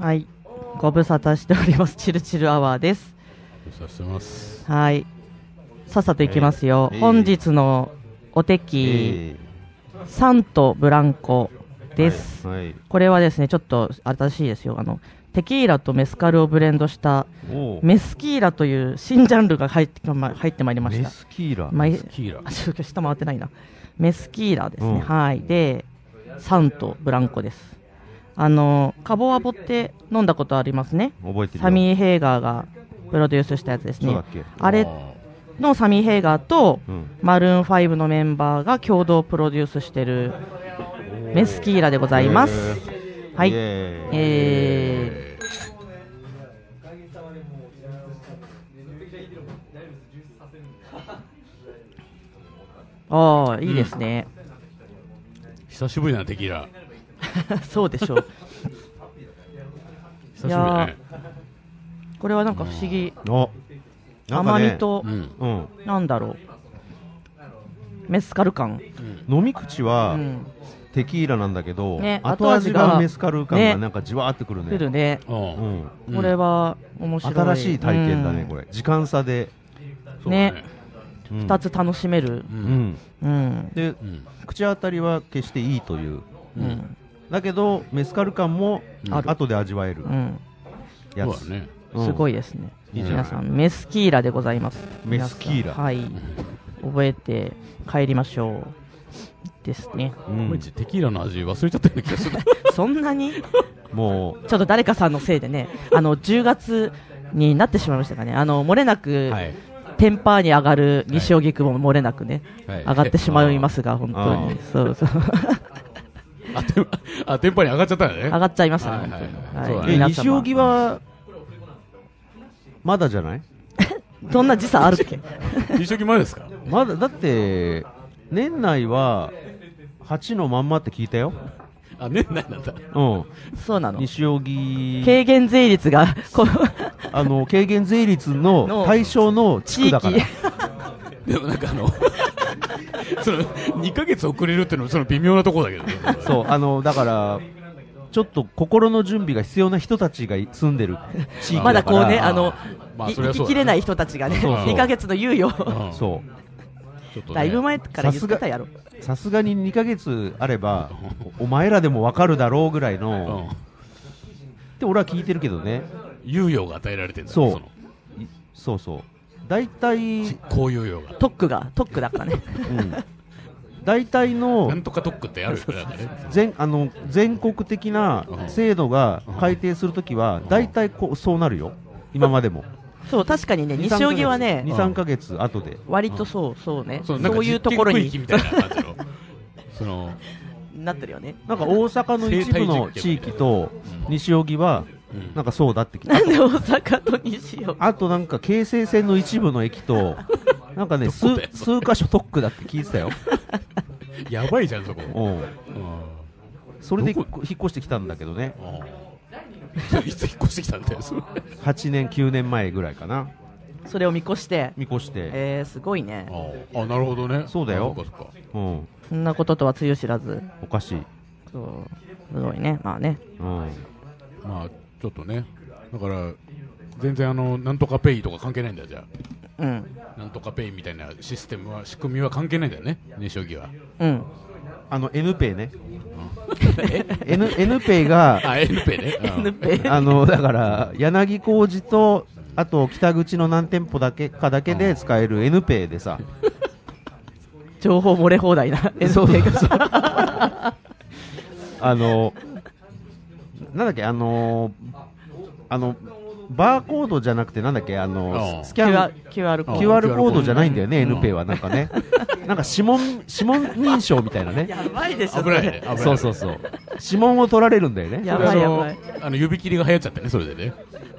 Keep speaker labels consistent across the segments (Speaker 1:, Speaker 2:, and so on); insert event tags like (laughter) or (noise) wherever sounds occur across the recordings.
Speaker 1: はい。ご無沙汰しております。チルチルアワーです。
Speaker 2: させてます。
Speaker 1: はい。さっさと行きますよ。
Speaker 2: えー
Speaker 1: 本日のお手き、
Speaker 2: え
Speaker 1: サントブランコ
Speaker 2: ー
Speaker 1: です。
Speaker 2: はい。
Speaker 1: これはですね、ちょっと新しいですよ。あの、テキーラとメスカルをブレンドした
Speaker 2: お
Speaker 1: メスキーラという新ジャンルが入ってま入ってまいりまし
Speaker 2: メ
Speaker 1: た。
Speaker 2: スキーラ。
Speaker 1: まい
Speaker 2: メスキーラ
Speaker 1: あ、。ちょっと下回ってないな。メスキーラですね。
Speaker 2: うん
Speaker 1: はい。で、サンとブランコです。あの、カボアボって飲んだことありますね。
Speaker 2: 覚えてるよ。
Speaker 1: サミー・ヘーガーがプロデュースしたやつです
Speaker 2: そうだ
Speaker 1: ね
Speaker 2: っけ。
Speaker 1: あれのサミー・ヘーガーと、
Speaker 2: うん。
Speaker 1: マルーン5のメンバーが共同プロデュースしてるメスキーラでございます。はい。
Speaker 2: イエーイ
Speaker 1: えーああ、いいですね。
Speaker 2: 久しぶりなテキーラ。 (laughs)
Speaker 1: そうでしょう。
Speaker 2: 久しぶりだね。
Speaker 1: これはなんか不思議。
Speaker 2: お。なんか
Speaker 1: 甘
Speaker 2: ね
Speaker 1: み。と
Speaker 2: う、ん。うん。
Speaker 1: なんだろう。メスカル感。
Speaker 2: 飲み口は、
Speaker 1: うん。
Speaker 2: テキーラなんだけど、
Speaker 1: ね
Speaker 2: 後
Speaker 1: 後
Speaker 2: 味
Speaker 1: 味
Speaker 2: が
Speaker 1: が
Speaker 2: メスカル感
Speaker 1: ね
Speaker 2: がなんかじわーってくるね
Speaker 1: 来るね。
Speaker 2: う
Speaker 3: あ
Speaker 2: ん、
Speaker 3: うん
Speaker 1: これは面白い。
Speaker 2: 新しい体験だね、
Speaker 1: うん
Speaker 2: これ時間差で、
Speaker 3: あ、そうだ
Speaker 1: ね
Speaker 3: ね。
Speaker 2: うん
Speaker 1: 二つ楽しめる。
Speaker 3: う。
Speaker 2: うんん、
Speaker 1: うん。
Speaker 2: で
Speaker 3: うん。
Speaker 2: 口当たりは決していいという
Speaker 1: うん。
Speaker 2: だけどメスカル感も
Speaker 3: うん
Speaker 1: ある
Speaker 2: 後で味わえる
Speaker 1: うん。
Speaker 2: や
Speaker 3: そう
Speaker 2: つ、
Speaker 3: だね。
Speaker 2: うん
Speaker 1: すごいですね。
Speaker 2: いいじゃな
Speaker 1: 皆
Speaker 2: い
Speaker 1: さん、メスキーラでございます。
Speaker 2: メスキー
Speaker 1: 皆
Speaker 2: ラ
Speaker 1: さんはい。覚えて帰りましょう。です
Speaker 2: (laughs)
Speaker 1: ね。
Speaker 2: うん
Speaker 3: 毎日テキーラの味忘れちゃったような気がする。
Speaker 1: そんなに
Speaker 2: も
Speaker 1: ちょっと誰かさんのせいでね、あの、10月になってしまいましたかね。あの、漏れな
Speaker 2: う
Speaker 1: く、
Speaker 2: はい
Speaker 1: テンパーに上がる西荻窪も漏れなくね、
Speaker 3: はい
Speaker 1: 上がってしまいますが、本当
Speaker 2: あ
Speaker 1: に。そうそう。
Speaker 2: (laughs)
Speaker 3: あ、てんあ、テンパに上がっちゃったよね。
Speaker 1: 上がっちゃいました
Speaker 3: はい
Speaker 1: ね
Speaker 3: はいは
Speaker 1: 本
Speaker 3: い。
Speaker 1: 当
Speaker 3: そうだ
Speaker 1: に
Speaker 3: ね
Speaker 2: え
Speaker 1: 皆様
Speaker 2: 西荻はまだじゃない
Speaker 1: どんな時差あるっ
Speaker 2: (laughs)
Speaker 1: け
Speaker 3: 一生懸前ですか
Speaker 2: まだだって年内は8のまんまって聞いたよ、
Speaker 3: あ、年内なんだ。
Speaker 2: う
Speaker 1: そうなの
Speaker 2: ん、。西荻
Speaker 1: 軽減税率が、こう、
Speaker 2: あの軽減税率
Speaker 1: (laughs)
Speaker 2: の
Speaker 1: の
Speaker 2: 対象の (laughs) 地
Speaker 1: 地域
Speaker 2: 区だから、
Speaker 3: でもなんかあの、 (laughs) その、2ヶ月遅れるっていうのもその微妙なところだけどね。
Speaker 2: (laughs) そうあのだからちょっと心の準備が必要な人たちが住ん
Speaker 1: (laughs)
Speaker 2: でる地域だから
Speaker 1: まだこうね、あの、
Speaker 3: まあ
Speaker 1: い
Speaker 3: それは
Speaker 1: 生
Speaker 3: そう
Speaker 1: き
Speaker 3: だね
Speaker 1: きれない人たちがね、
Speaker 3: そうそう
Speaker 1: 2ヶ月の猶予を、
Speaker 3: う
Speaker 2: (laughs)
Speaker 3: ん
Speaker 2: そ
Speaker 3: ちょっとね
Speaker 1: だいぶ前から言ってたやろ。
Speaker 2: うさすがに2ヶ月あればおお前らでもわかるだろうぐらいうの
Speaker 3: ん
Speaker 2: って俺は聞いてるけどね
Speaker 3: 猶予が与えられてるんだ
Speaker 2: そう
Speaker 3: その
Speaker 2: いそうそう大体
Speaker 3: 執、行猶予が。
Speaker 1: トックが、トックだからね。
Speaker 2: うん、大体
Speaker 3: な
Speaker 2: の
Speaker 3: んとか特区ってあるよね。なんかね
Speaker 2: 全あの全国的な制度が改定するときは大体こうそうなるよ今までも
Speaker 1: そう、確かにね、西荻はね、
Speaker 2: 23ヶ月後で
Speaker 1: 割とそう、そうね、
Speaker 3: そ
Speaker 1: そう
Speaker 3: なんか
Speaker 1: ういうところ
Speaker 3: 実験区域
Speaker 1: に
Speaker 3: みたいな感じの。その、
Speaker 1: なってるよね。
Speaker 2: なんか大阪の一部の地域と西荻は
Speaker 3: うん
Speaker 2: なんかそうだってきた
Speaker 1: なんで大阪と西荻
Speaker 2: あとなんか京成線の一部の駅と
Speaker 3: (laughs)
Speaker 2: なんかね数
Speaker 3: どこだよそ
Speaker 2: 数箇所特区だって聞いて
Speaker 3: (laughs)
Speaker 2: たよ、
Speaker 3: やばいじゃん、そこ。
Speaker 2: うん、
Speaker 3: うん
Speaker 2: それで引
Speaker 3: ど
Speaker 2: っ越してきたんだけどね
Speaker 3: ああいつ引っ越してきたんだよ、それ。
Speaker 2: 8年9年前ぐらいかな
Speaker 1: それを見越して、
Speaker 2: 見越して、
Speaker 1: えー、すごいね。
Speaker 3: ああ、なるほどね。
Speaker 2: そうだよ
Speaker 3: あそっかそっか
Speaker 2: うん、
Speaker 1: そんなこととはつゆ知らず。
Speaker 2: おかしい、
Speaker 1: そう、すごいね、まあね。
Speaker 2: うん、
Speaker 3: まあ、ちょっとね。だから、全然あの、なんとかペイとか関係ないんだよ、じゃ
Speaker 1: うん、
Speaker 3: あ。なんとかペイみたいなシステムは、仕組みは関係ないんだよね、西荻は。
Speaker 1: うん、
Speaker 2: あの N ペイね N, N ペイが
Speaker 3: あ、N ペイね。うん
Speaker 2: あのだから柳小路とあと北口の何店舗だけかだけで使える N ペイでさ、
Speaker 1: 情報漏れ放題な、
Speaker 2: そう
Speaker 1: NPK が
Speaker 2: そうあのなんだっけあのあのバーコードじゃなくてなんだっけあ
Speaker 3: う
Speaker 2: の
Speaker 3: ん
Speaker 2: スキャ
Speaker 1: QR QR
Speaker 2: ン
Speaker 1: コ
Speaker 3: あ
Speaker 1: ー
Speaker 2: QR コードじゃないんだよね、
Speaker 3: うん
Speaker 2: NPay はなんかね、なんか指紋指紋認証みたいな
Speaker 1: ド。
Speaker 2: ね、
Speaker 1: やばいでしょ、
Speaker 3: 危ないね。危ない。
Speaker 2: そうそうそう、指紋を取られるんだよね、
Speaker 1: やばいやばい
Speaker 3: それあのあの、指切りが流行っちゃってね、それでね。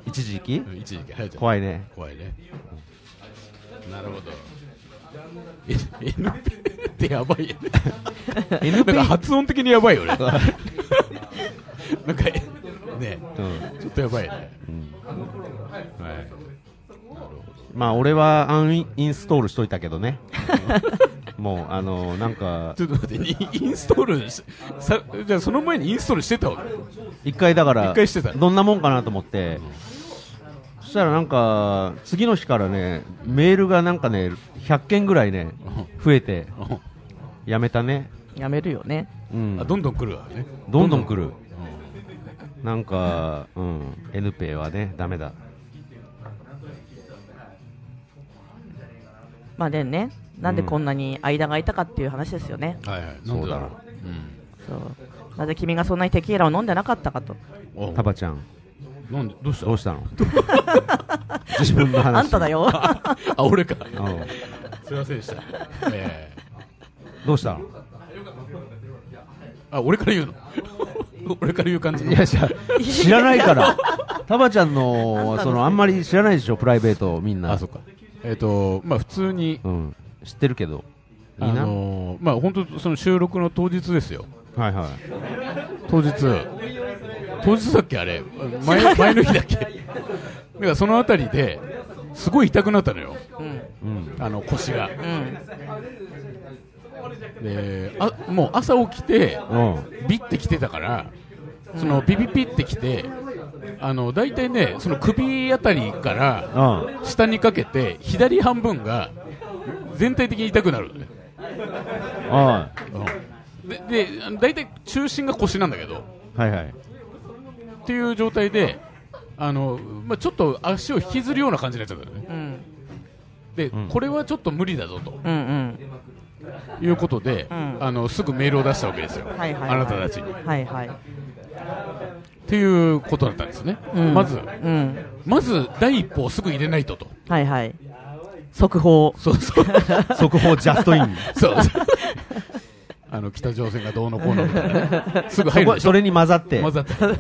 Speaker 2: 一時期
Speaker 3: う、ん一時期流行っちゃった。
Speaker 2: 怖いね、
Speaker 3: 怖いね。なるほど。え N ペイってやばいよね。なん
Speaker 2: NPay
Speaker 3: か発音的にやばいよね。なんか、ね、
Speaker 2: うん
Speaker 3: ちょっとやばいね。はい。
Speaker 2: まあ俺はアンインストールしといたけどね、もう、あのなんか、
Speaker 3: ちょっと待って、イインストールしさ、じゃあその前にインストールしてたわけ
Speaker 2: 一回だから、
Speaker 3: 一回してた
Speaker 2: どんなもんかなと思って、そしたらなんか、次の日からね、メールがなんかね、100件ぐらいね、増えて、やめたね、
Speaker 1: やめるよね。
Speaker 2: うん
Speaker 3: あ、どんどん来るわね。
Speaker 2: どんどん来る、なんか、うん、N ペイはね、ダメだ、
Speaker 1: まあでね、なんでこんなに間が空いたかっていう話ですよね。
Speaker 3: はいはい。なん
Speaker 2: そう
Speaker 3: で
Speaker 2: だ
Speaker 3: だ
Speaker 2: な
Speaker 3: ろう。
Speaker 1: そうなぜ君がそんなにテキーラを飲んでなかったかと。
Speaker 3: うん。
Speaker 2: タバちゃん、
Speaker 3: あなんで、どうした
Speaker 2: どうしたの自分の話
Speaker 1: あんただ、よ。
Speaker 3: あ、あ俺か。
Speaker 2: うん
Speaker 3: すいませんでした。ええ
Speaker 2: どうしたの
Speaker 3: あ、俺から言うの (laughs) 俺から言う感じ
Speaker 2: いや、じゃあ (laughs) 知らないから、タバちゃんの、そのあんまり知らないでしょ、プライベート、みんな。
Speaker 3: あ、そっか。えっ、と、まあ普通に、
Speaker 2: うん、知ってるけど、いい
Speaker 3: あ
Speaker 2: な、
Speaker 3: のーまあ本当その収録の当日ですよ。
Speaker 2: はいはい、
Speaker 3: 当日。当日だっけあれ
Speaker 2: (laughs)
Speaker 3: 前前の日だっけだからそのあたりで、すごい痛くなったのよ。
Speaker 1: (laughs) うん
Speaker 2: うん、
Speaker 3: あの腰が。
Speaker 1: うん
Speaker 3: で、あ、もう朝起きて、
Speaker 2: うん、
Speaker 3: ビッてきてたから、そのビビビってきて、あの大体ね、その首あたりから
Speaker 2: うん、
Speaker 3: 下にかけて、左半分が全体的に痛くなるのね、
Speaker 2: は
Speaker 3: うんでであの大体中心が腰なんだけど、
Speaker 2: いはい、
Speaker 3: っていう状態で、あのまあ、ちょっと足を引きずるような感じになっちゃったのね、
Speaker 1: うん
Speaker 3: で、
Speaker 2: うん
Speaker 3: これはちょっと無理だぞと
Speaker 1: うんうん
Speaker 3: いうことで、
Speaker 1: うん
Speaker 3: あのすぐメールを出したわけですよ、
Speaker 1: はいはいはい
Speaker 3: あなたたちに。っ
Speaker 1: はいはい
Speaker 3: ていうことだったんですね、
Speaker 1: うん
Speaker 3: まず、
Speaker 1: うん
Speaker 3: まず第一歩をすぐ入れないとと。
Speaker 1: はいはい速報
Speaker 3: そうそう
Speaker 2: 速報ジャストイン、
Speaker 1: (laughs)
Speaker 3: そうあの北朝鮮がどうのこうのみたいなねす
Speaker 2: (laughs)
Speaker 3: ぐ
Speaker 2: そ
Speaker 3: 入る
Speaker 2: こ
Speaker 3: でしょ
Speaker 2: それに混ざって
Speaker 3: 混ざって入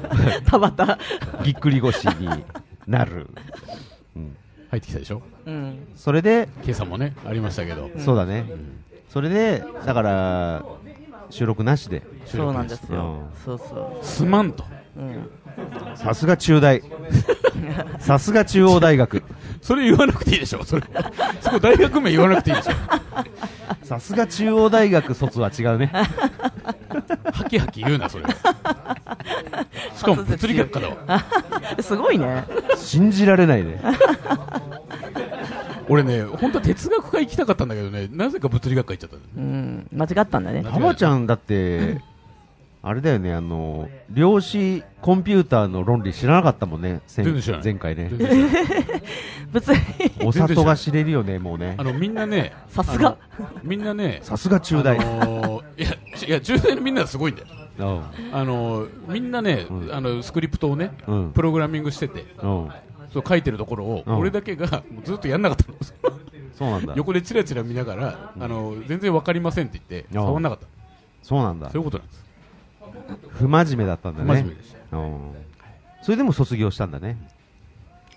Speaker 1: 田畑
Speaker 2: ぎっくり腰になる、
Speaker 3: ってきたでしょ
Speaker 1: うん
Speaker 2: それで、
Speaker 3: 今朝もねありましたけど
Speaker 2: そうだね、それで、だから、収録なしで、
Speaker 1: そうなんですよ
Speaker 2: うん
Speaker 1: そうそ
Speaker 3: すまんと
Speaker 1: ううん
Speaker 2: さすが
Speaker 1: (laughs)
Speaker 2: 中大、さすが中央大学、
Speaker 3: それ言わなくていいでしょそれそこ大学名言わなくていいでしょ
Speaker 2: さすが中央大学卒は違うね、
Speaker 3: ハキハキ言うなそれしかも物理学科だわ
Speaker 1: すごいね
Speaker 2: 信じられない (laughs) ね、
Speaker 3: 俺ね本当は哲学科行きたかったんだけどねなぜか物理学科行っちゃった
Speaker 1: うん間違ったんだね
Speaker 2: ハマちゃんだって、あれだよね、あの、量子コンピューターの論理知らなかったもんね、前
Speaker 3: 全然知らない
Speaker 2: 前回ね。
Speaker 3: 全然違う
Speaker 1: 物理
Speaker 2: お里が知れるよね、もうね
Speaker 3: あ。のみんなね
Speaker 1: さすが
Speaker 3: あのみんなね
Speaker 2: さすが中大
Speaker 3: あ。のーいやいや中大のみんなはすごいんだよあのみんなね、
Speaker 2: うん
Speaker 3: あのスクリプトをね、
Speaker 2: うん
Speaker 3: プログラミングしてて、
Speaker 2: うんうん
Speaker 3: そう書いてるところを、
Speaker 2: うん
Speaker 3: 俺だけがもうずっとやんなかったの、
Speaker 2: そうなんだ。
Speaker 3: (laughs) 横でチラチラ見ながら、あの全然わかりませんって言って、
Speaker 2: ああ
Speaker 3: 触んなかった、
Speaker 2: そうなんだ
Speaker 3: そう。いうことなんです、
Speaker 2: 不真面目だったんだ
Speaker 3: 真
Speaker 2: ね。
Speaker 3: 面目でした。
Speaker 2: うんそれでも卒業したんだね。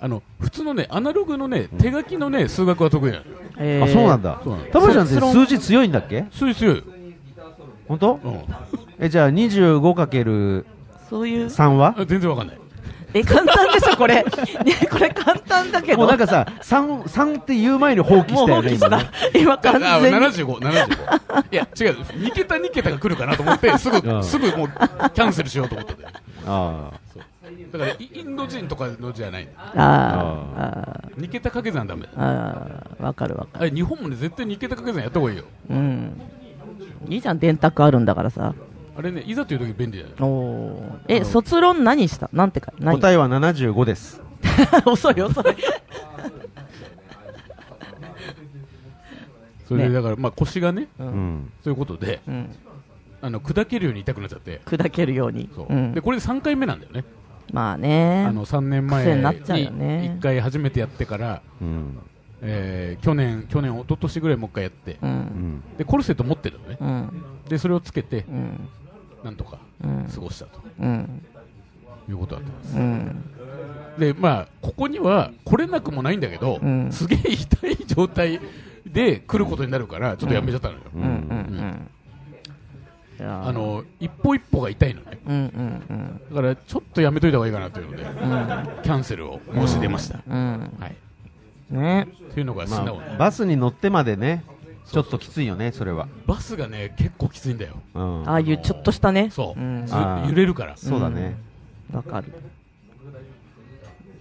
Speaker 3: あの普通のね、アナログのね、手書きのね、数学は得意なのよ、
Speaker 1: えー
Speaker 2: あ、そうなんだ
Speaker 3: そうなんだ。
Speaker 2: タマちゃんって
Speaker 1: 卒論
Speaker 2: 数字強いんだっけ
Speaker 3: すごい強いよ、
Speaker 2: 本当
Speaker 3: うん、
Speaker 2: え、じゃあ 25×3
Speaker 1: そういう
Speaker 2: は
Speaker 3: あ全然わかんない、
Speaker 1: え簡単でしょこれねこれ簡単だけど
Speaker 2: もうなんかさ、3、3って言う前に放棄し
Speaker 1: もう
Speaker 2: た
Speaker 1: 放
Speaker 2: よね、
Speaker 1: 棄し
Speaker 2: 今ね。
Speaker 1: た今
Speaker 3: あ
Speaker 1: 完全に
Speaker 3: 75、75、いや、
Speaker 1: (laughs)
Speaker 3: 違う、2桁、2桁が来るかなと思って、すぐ、
Speaker 2: うん
Speaker 3: すぐもうキャンセルしようと思ってて、だ
Speaker 2: ああ。
Speaker 3: からイインド人とかのじゃない、
Speaker 1: あー
Speaker 3: 2桁掛け算だめだ
Speaker 1: あー。あーわかるわか
Speaker 3: あれ日本もね絶対日経高け算やった方がいいよ
Speaker 1: るうんいいじゃん電卓あるんだからさ
Speaker 3: あれねいざという時便利だよ
Speaker 1: おおえ卒論何したなんてか何
Speaker 2: 答えは75です。
Speaker 1: (laughs) 遅い遅い
Speaker 3: それで
Speaker 1: ね
Speaker 3: だから、まあ腰がね
Speaker 1: う、
Speaker 2: うんん。
Speaker 3: そういうことで
Speaker 1: うん、
Speaker 3: あの砕けるように痛くなっちゃって
Speaker 1: 砕けるように
Speaker 3: そう、
Speaker 1: ん
Speaker 3: で、これで3回目なんだよね、
Speaker 1: まあね
Speaker 3: あの3年前
Speaker 1: 癖に
Speaker 3: に
Speaker 1: なっちゃうよね
Speaker 3: 1回初めてやってから、
Speaker 2: うん。
Speaker 3: えー去年去年一昨年ぐらいもう一回やって
Speaker 1: う
Speaker 2: うんん。
Speaker 3: でコルセット持ってるのね
Speaker 1: うん
Speaker 3: でそれをつけて
Speaker 1: うん
Speaker 3: なんとか
Speaker 1: うん
Speaker 3: 過ごしたと
Speaker 1: うん
Speaker 3: いうことだったんです
Speaker 1: うん
Speaker 3: でまあここには来れなくもないんだけど、
Speaker 1: うん
Speaker 3: すげえ痛い状態で来ることになるからちょっとやめちゃったのよ、
Speaker 1: うんうんうんいやー
Speaker 3: あの一歩一歩が痛いのね
Speaker 1: うんうん
Speaker 3: だからちょっとやめといた方がいいかなというので、キャンセルを申し出ました、
Speaker 1: うん
Speaker 3: はい、
Speaker 1: うんね
Speaker 3: というのが素
Speaker 2: ま
Speaker 3: 直な、
Speaker 2: あ、バスに乗ってまでね、ちょっときついよね、それは。
Speaker 3: バスがね、結構きついんだよ。
Speaker 2: うん
Speaker 1: ああいうちょっとしたね。
Speaker 3: そう。
Speaker 1: ん
Speaker 3: ず
Speaker 2: あー
Speaker 3: 揺れるから。
Speaker 2: そうだね。
Speaker 1: うんわかる。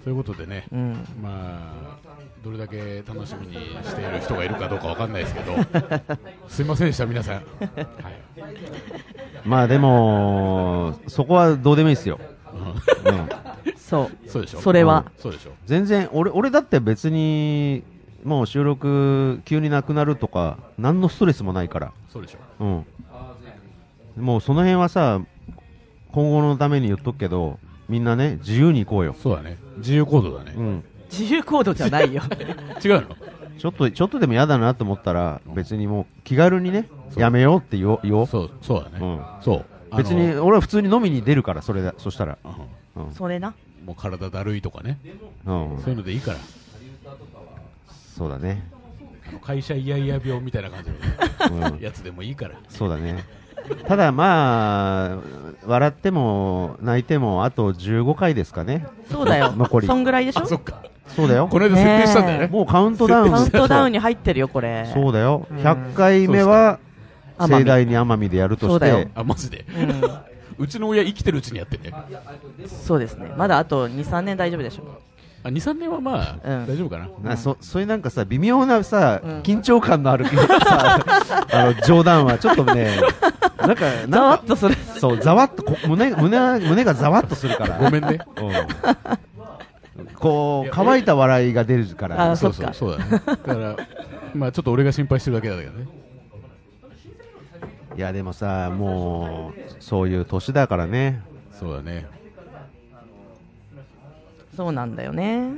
Speaker 3: ということでね、
Speaker 1: うん。
Speaker 3: まあ、どれだけ楽しみにしている人がいるかどうかわかんないですけど、すいませんでした、皆さん。はい。
Speaker 2: まあでも、そこはどうでもいいですよ。うん
Speaker 1: そう。
Speaker 3: そうでしょ
Speaker 1: それは。
Speaker 3: そうでしょ
Speaker 2: 全然俺、俺だって別に、もう収録急になくなるとか、何のストレスもないから。
Speaker 3: そうでしょ
Speaker 2: うん。もうその辺はさ、今後のために言っとくけど、みんなね、自由に行こうよ。
Speaker 3: そうだね。自由行動だね。
Speaker 2: うん。
Speaker 1: 自由行動じゃない
Speaker 3: (laughs)
Speaker 1: よ。
Speaker 3: 違うの
Speaker 2: ちょっと、ちょっとでも嫌だなと思ったら、別にもう気軽にね、やめようって言おう。言おう
Speaker 3: そう、そうだね。
Speaker 2: う
Speaker 3: そう。あの
Speaker 2: 別に、俺は普通に飲みに出るから、それだ、そしたら。
Speaker 3: うん
Speaker 2: うん。
Speaker 1: それな。
Speaker 3: もう体だるいとかね。
Speaker 2: うん
Speaker 3: そういうのでいいから。
Speaker 2: そうだね。
Speaker 3: あの会社イヤイヤ病みたいな感じ
Speaker 2: う
Speaker 3: のやつでもいいから。
Speaker 2: そうだね。ただまあ、笑っても泣いてもあと15回ですかね。
Speaker 1: そうだよ。
Speaker 2: 残り
Speaker 1: そんぐらいでしょ
Speaker 3: あ、そっか。
Speaker 2: そうだよ。
Speaker 3: この間設定したんだよね。
Speaker 1: ね
Speaker 2: もうカウントダウン。
Speaker 1: カウントダウンに入ってるよ、これ。
Speaker 2: そうだよ。100回目は、
Speaker 1: そうですか
Speaker 2: 盛大に奄美でやると
Speaker 1: そう
Speaker 2: し
Speaker 1: だよ
Speaker 2: て、
Speaker 3: あ、マジで。
Speaker 1: うん
Speaker 3: うちの親生きてるうちにやってね。あ、
Speaker 1: そうですね。まだあと2、3年大丈夫でしょ。
Speaker 3: 2、3年はまあ、
Speaker 1: うん
Speaker 3: 大丈夫かな。
Speaker 2: なそそういうなんかさ、微妙なさ、
Speaker 1: うん
Speaker 2: 緊張感のある
Speaker 1: (laughs)
Speaker 2: さ、あの、冗談はちょっとね、なんか、なんか
Speaker 1: ざわっとする。
Speaker 2: そう、ざわっと、こ胸、胸、胸がざわっとするから。
Speaker 3: ごめんね。
Speaker 2: うんこう、乾いた笑いが出るから
Speaker 1: (laughs) あ。
Speaker 3: そ
Speaker 1: そうっ
Speaker 3: そ
Speaker 1: か
Speaker 3: う、そうだね。だから、まあちょっと俺が心配してるだけだけどね。
Speaker 2: いや、でもさ、もう、そういう年だからね。
Speaker 3: そうだね。
Speaker 1: そうなんだよね。
Speaker 3: もう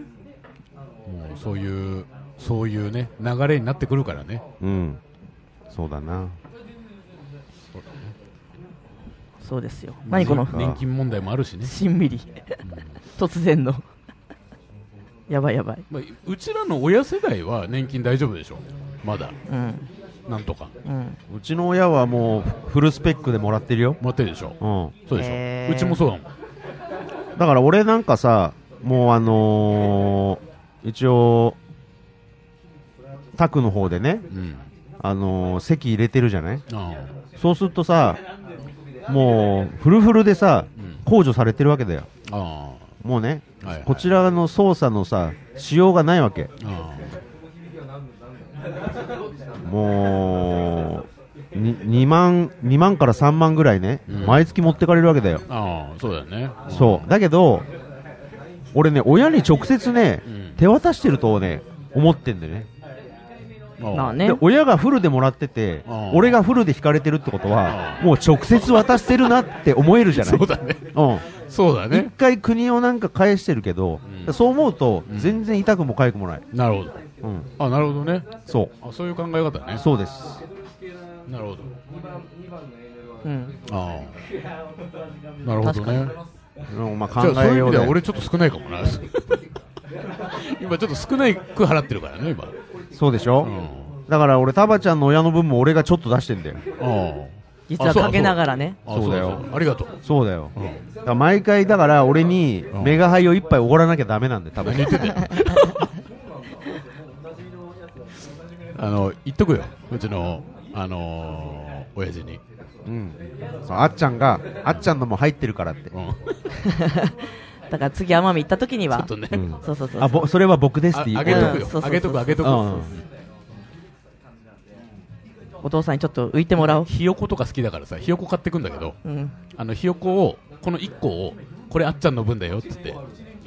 Speaker 3: そういう、そういうね、流れになってくるからね。
Speaker 2: うん。そうだな。
Speaker 1: そうですよ。何この、
Speaker 3: 年金問題もあるしね。
Speaker 1: しんみり。突然の。やばいやばい。
Speaker 3: まあ、うちらの親世代は年金大丈夫でしょ。まだ。
Speaker 1: うん。
Speaker 3: なんとか。
Speaker 1: うん。
Speaker 2: うちの親はもう、フルスペックでもらってるよ。
Speaker 3: もらってるでしょ。
Speaker 2: うん。
Speaker 3: そうでしょ。
Speaker 1: へー
Speaker 3: うちもそうだもん。
Speaker 2: だから俺なんかさ、もうあのー一応、タクの方でね、
Speaker 3: うん。
Speaker 2: あのー席入れてるじゃない
Speaker 3: ああ。
Speaker 2: そうするとさ、もう、フルフルでさ、控除されてるわけだよ。
Speaker 3: あ
Speaker 2: もうね、
Speaker 3: はいはい
Speaker 2: こちらの操作のさ、しようがないわけ。
Speaker 3: あ。あ
Speaker 2: もう、に2万、2万から3万ぐらいね、毎月持ってかれるわけだよ。
Speaker 3: あ。ああ、そうだよね。
Speaker 2: そう。だけど、俺ね、親に直接ね、
Speaker 3: ん
Speaker 2: 手渡してるとね、思ってんだよね。
Speaker 3: ああ
Speaker 1: まあね
Speaker 2: で。親がフルでもらってて
Speaker 3: ああ、
Speaker 2: 俺がフルで引かれてるってことは
Speaker 3: あ、
Speaker 2: もう直接渡してるなって思えるじゃない。
Speaker 3: (laughs) そうだね。
Speaker 2: うん。
Speaker 3: そうだ
Speaker 2: 一
Speaker 3: ね。
Speaker 2: 回国をなんか返してるけど、
Speaker 3: うん
Speaker 2: そう思うと、全然痛くも痒くもない。
Speaker 3: なるほど。
Speaker 2: うん。
Speaker 3: あ、なるほどね。
Speaker 2: そ
Speaker 3: あ、そういう考え方
Speaker 2: う。
Speaker 3: ね。
Speaker 2: そうです。
Speaker 3: なるほど。
Speaker 1: うん。
Speaker 3: ああ。なるほどね。
Speaker 2: うんまあ
Speaker 3: じゃあ
Speaker 2: 考
Speaker 3: そうい
Speaker 2: え
Speaker 3: う意
Speaker 2: よう
Speaker 3: 味
Speaker 2: で
Speaker 3: では俺ちょっと少ないかもな。 (laughs) 今ちょっと少ないく払ってるからね、今。
Speaker 2: そうでしょ、
Speaker 3: うん
Speaker 2: だから俺、タバちゃんの親の分も俺がちょっと出してんだよ。
Speaker 3: ああ。
Speaker 1: 実はかけながらね。
Speaker 3: あ。そうだよ。ありがとう。
Speaker 2: そうだよ。
Speaker 3: うん
Speaker 2: だから毎回、だから俺に
Speaker 3: ん
Speaker 2: メガハイを一杯おごらなきゃダメなんで、多分
Speaker 3: 何言ってんだよ。 (laughs) あの、言っとくよ。うちの、あのー、親父に。
Speaker 2: うん。そうあっちゃんが、あっちゃんのも入ってるからって。
Speaker 3: うん。
Speaker 1: だから次、奄美行った時に
Speaker 3: ちょっ
Speaker 1: は。
Speaker 3: とね。
Speaker 2: うん
Speaker 1: そうそうそう。
Speaker 2: あ、ぼ、それは僕です
Speaker 3: あ
Speaker 2: って言
Speaker 3: あ
Speaker 2: う。
Speaker 3: げとく
Speaker 1: うん
Speaker 3: よ
Speaker 1: そうそうそう。
Speaker 3: あげとく、あげと
Speaker 2: うん
Speaker 3: く。
Speaker 1: お父さんにちょっと浮いてもらおう。
Speaker 3: ひよことか好きだからさ、ひよこ買ってくんだけど、
Speaker 1: うん。
Speaker 3: あの、ひよこを、この1個を、これあっちゃんの分だよって言って、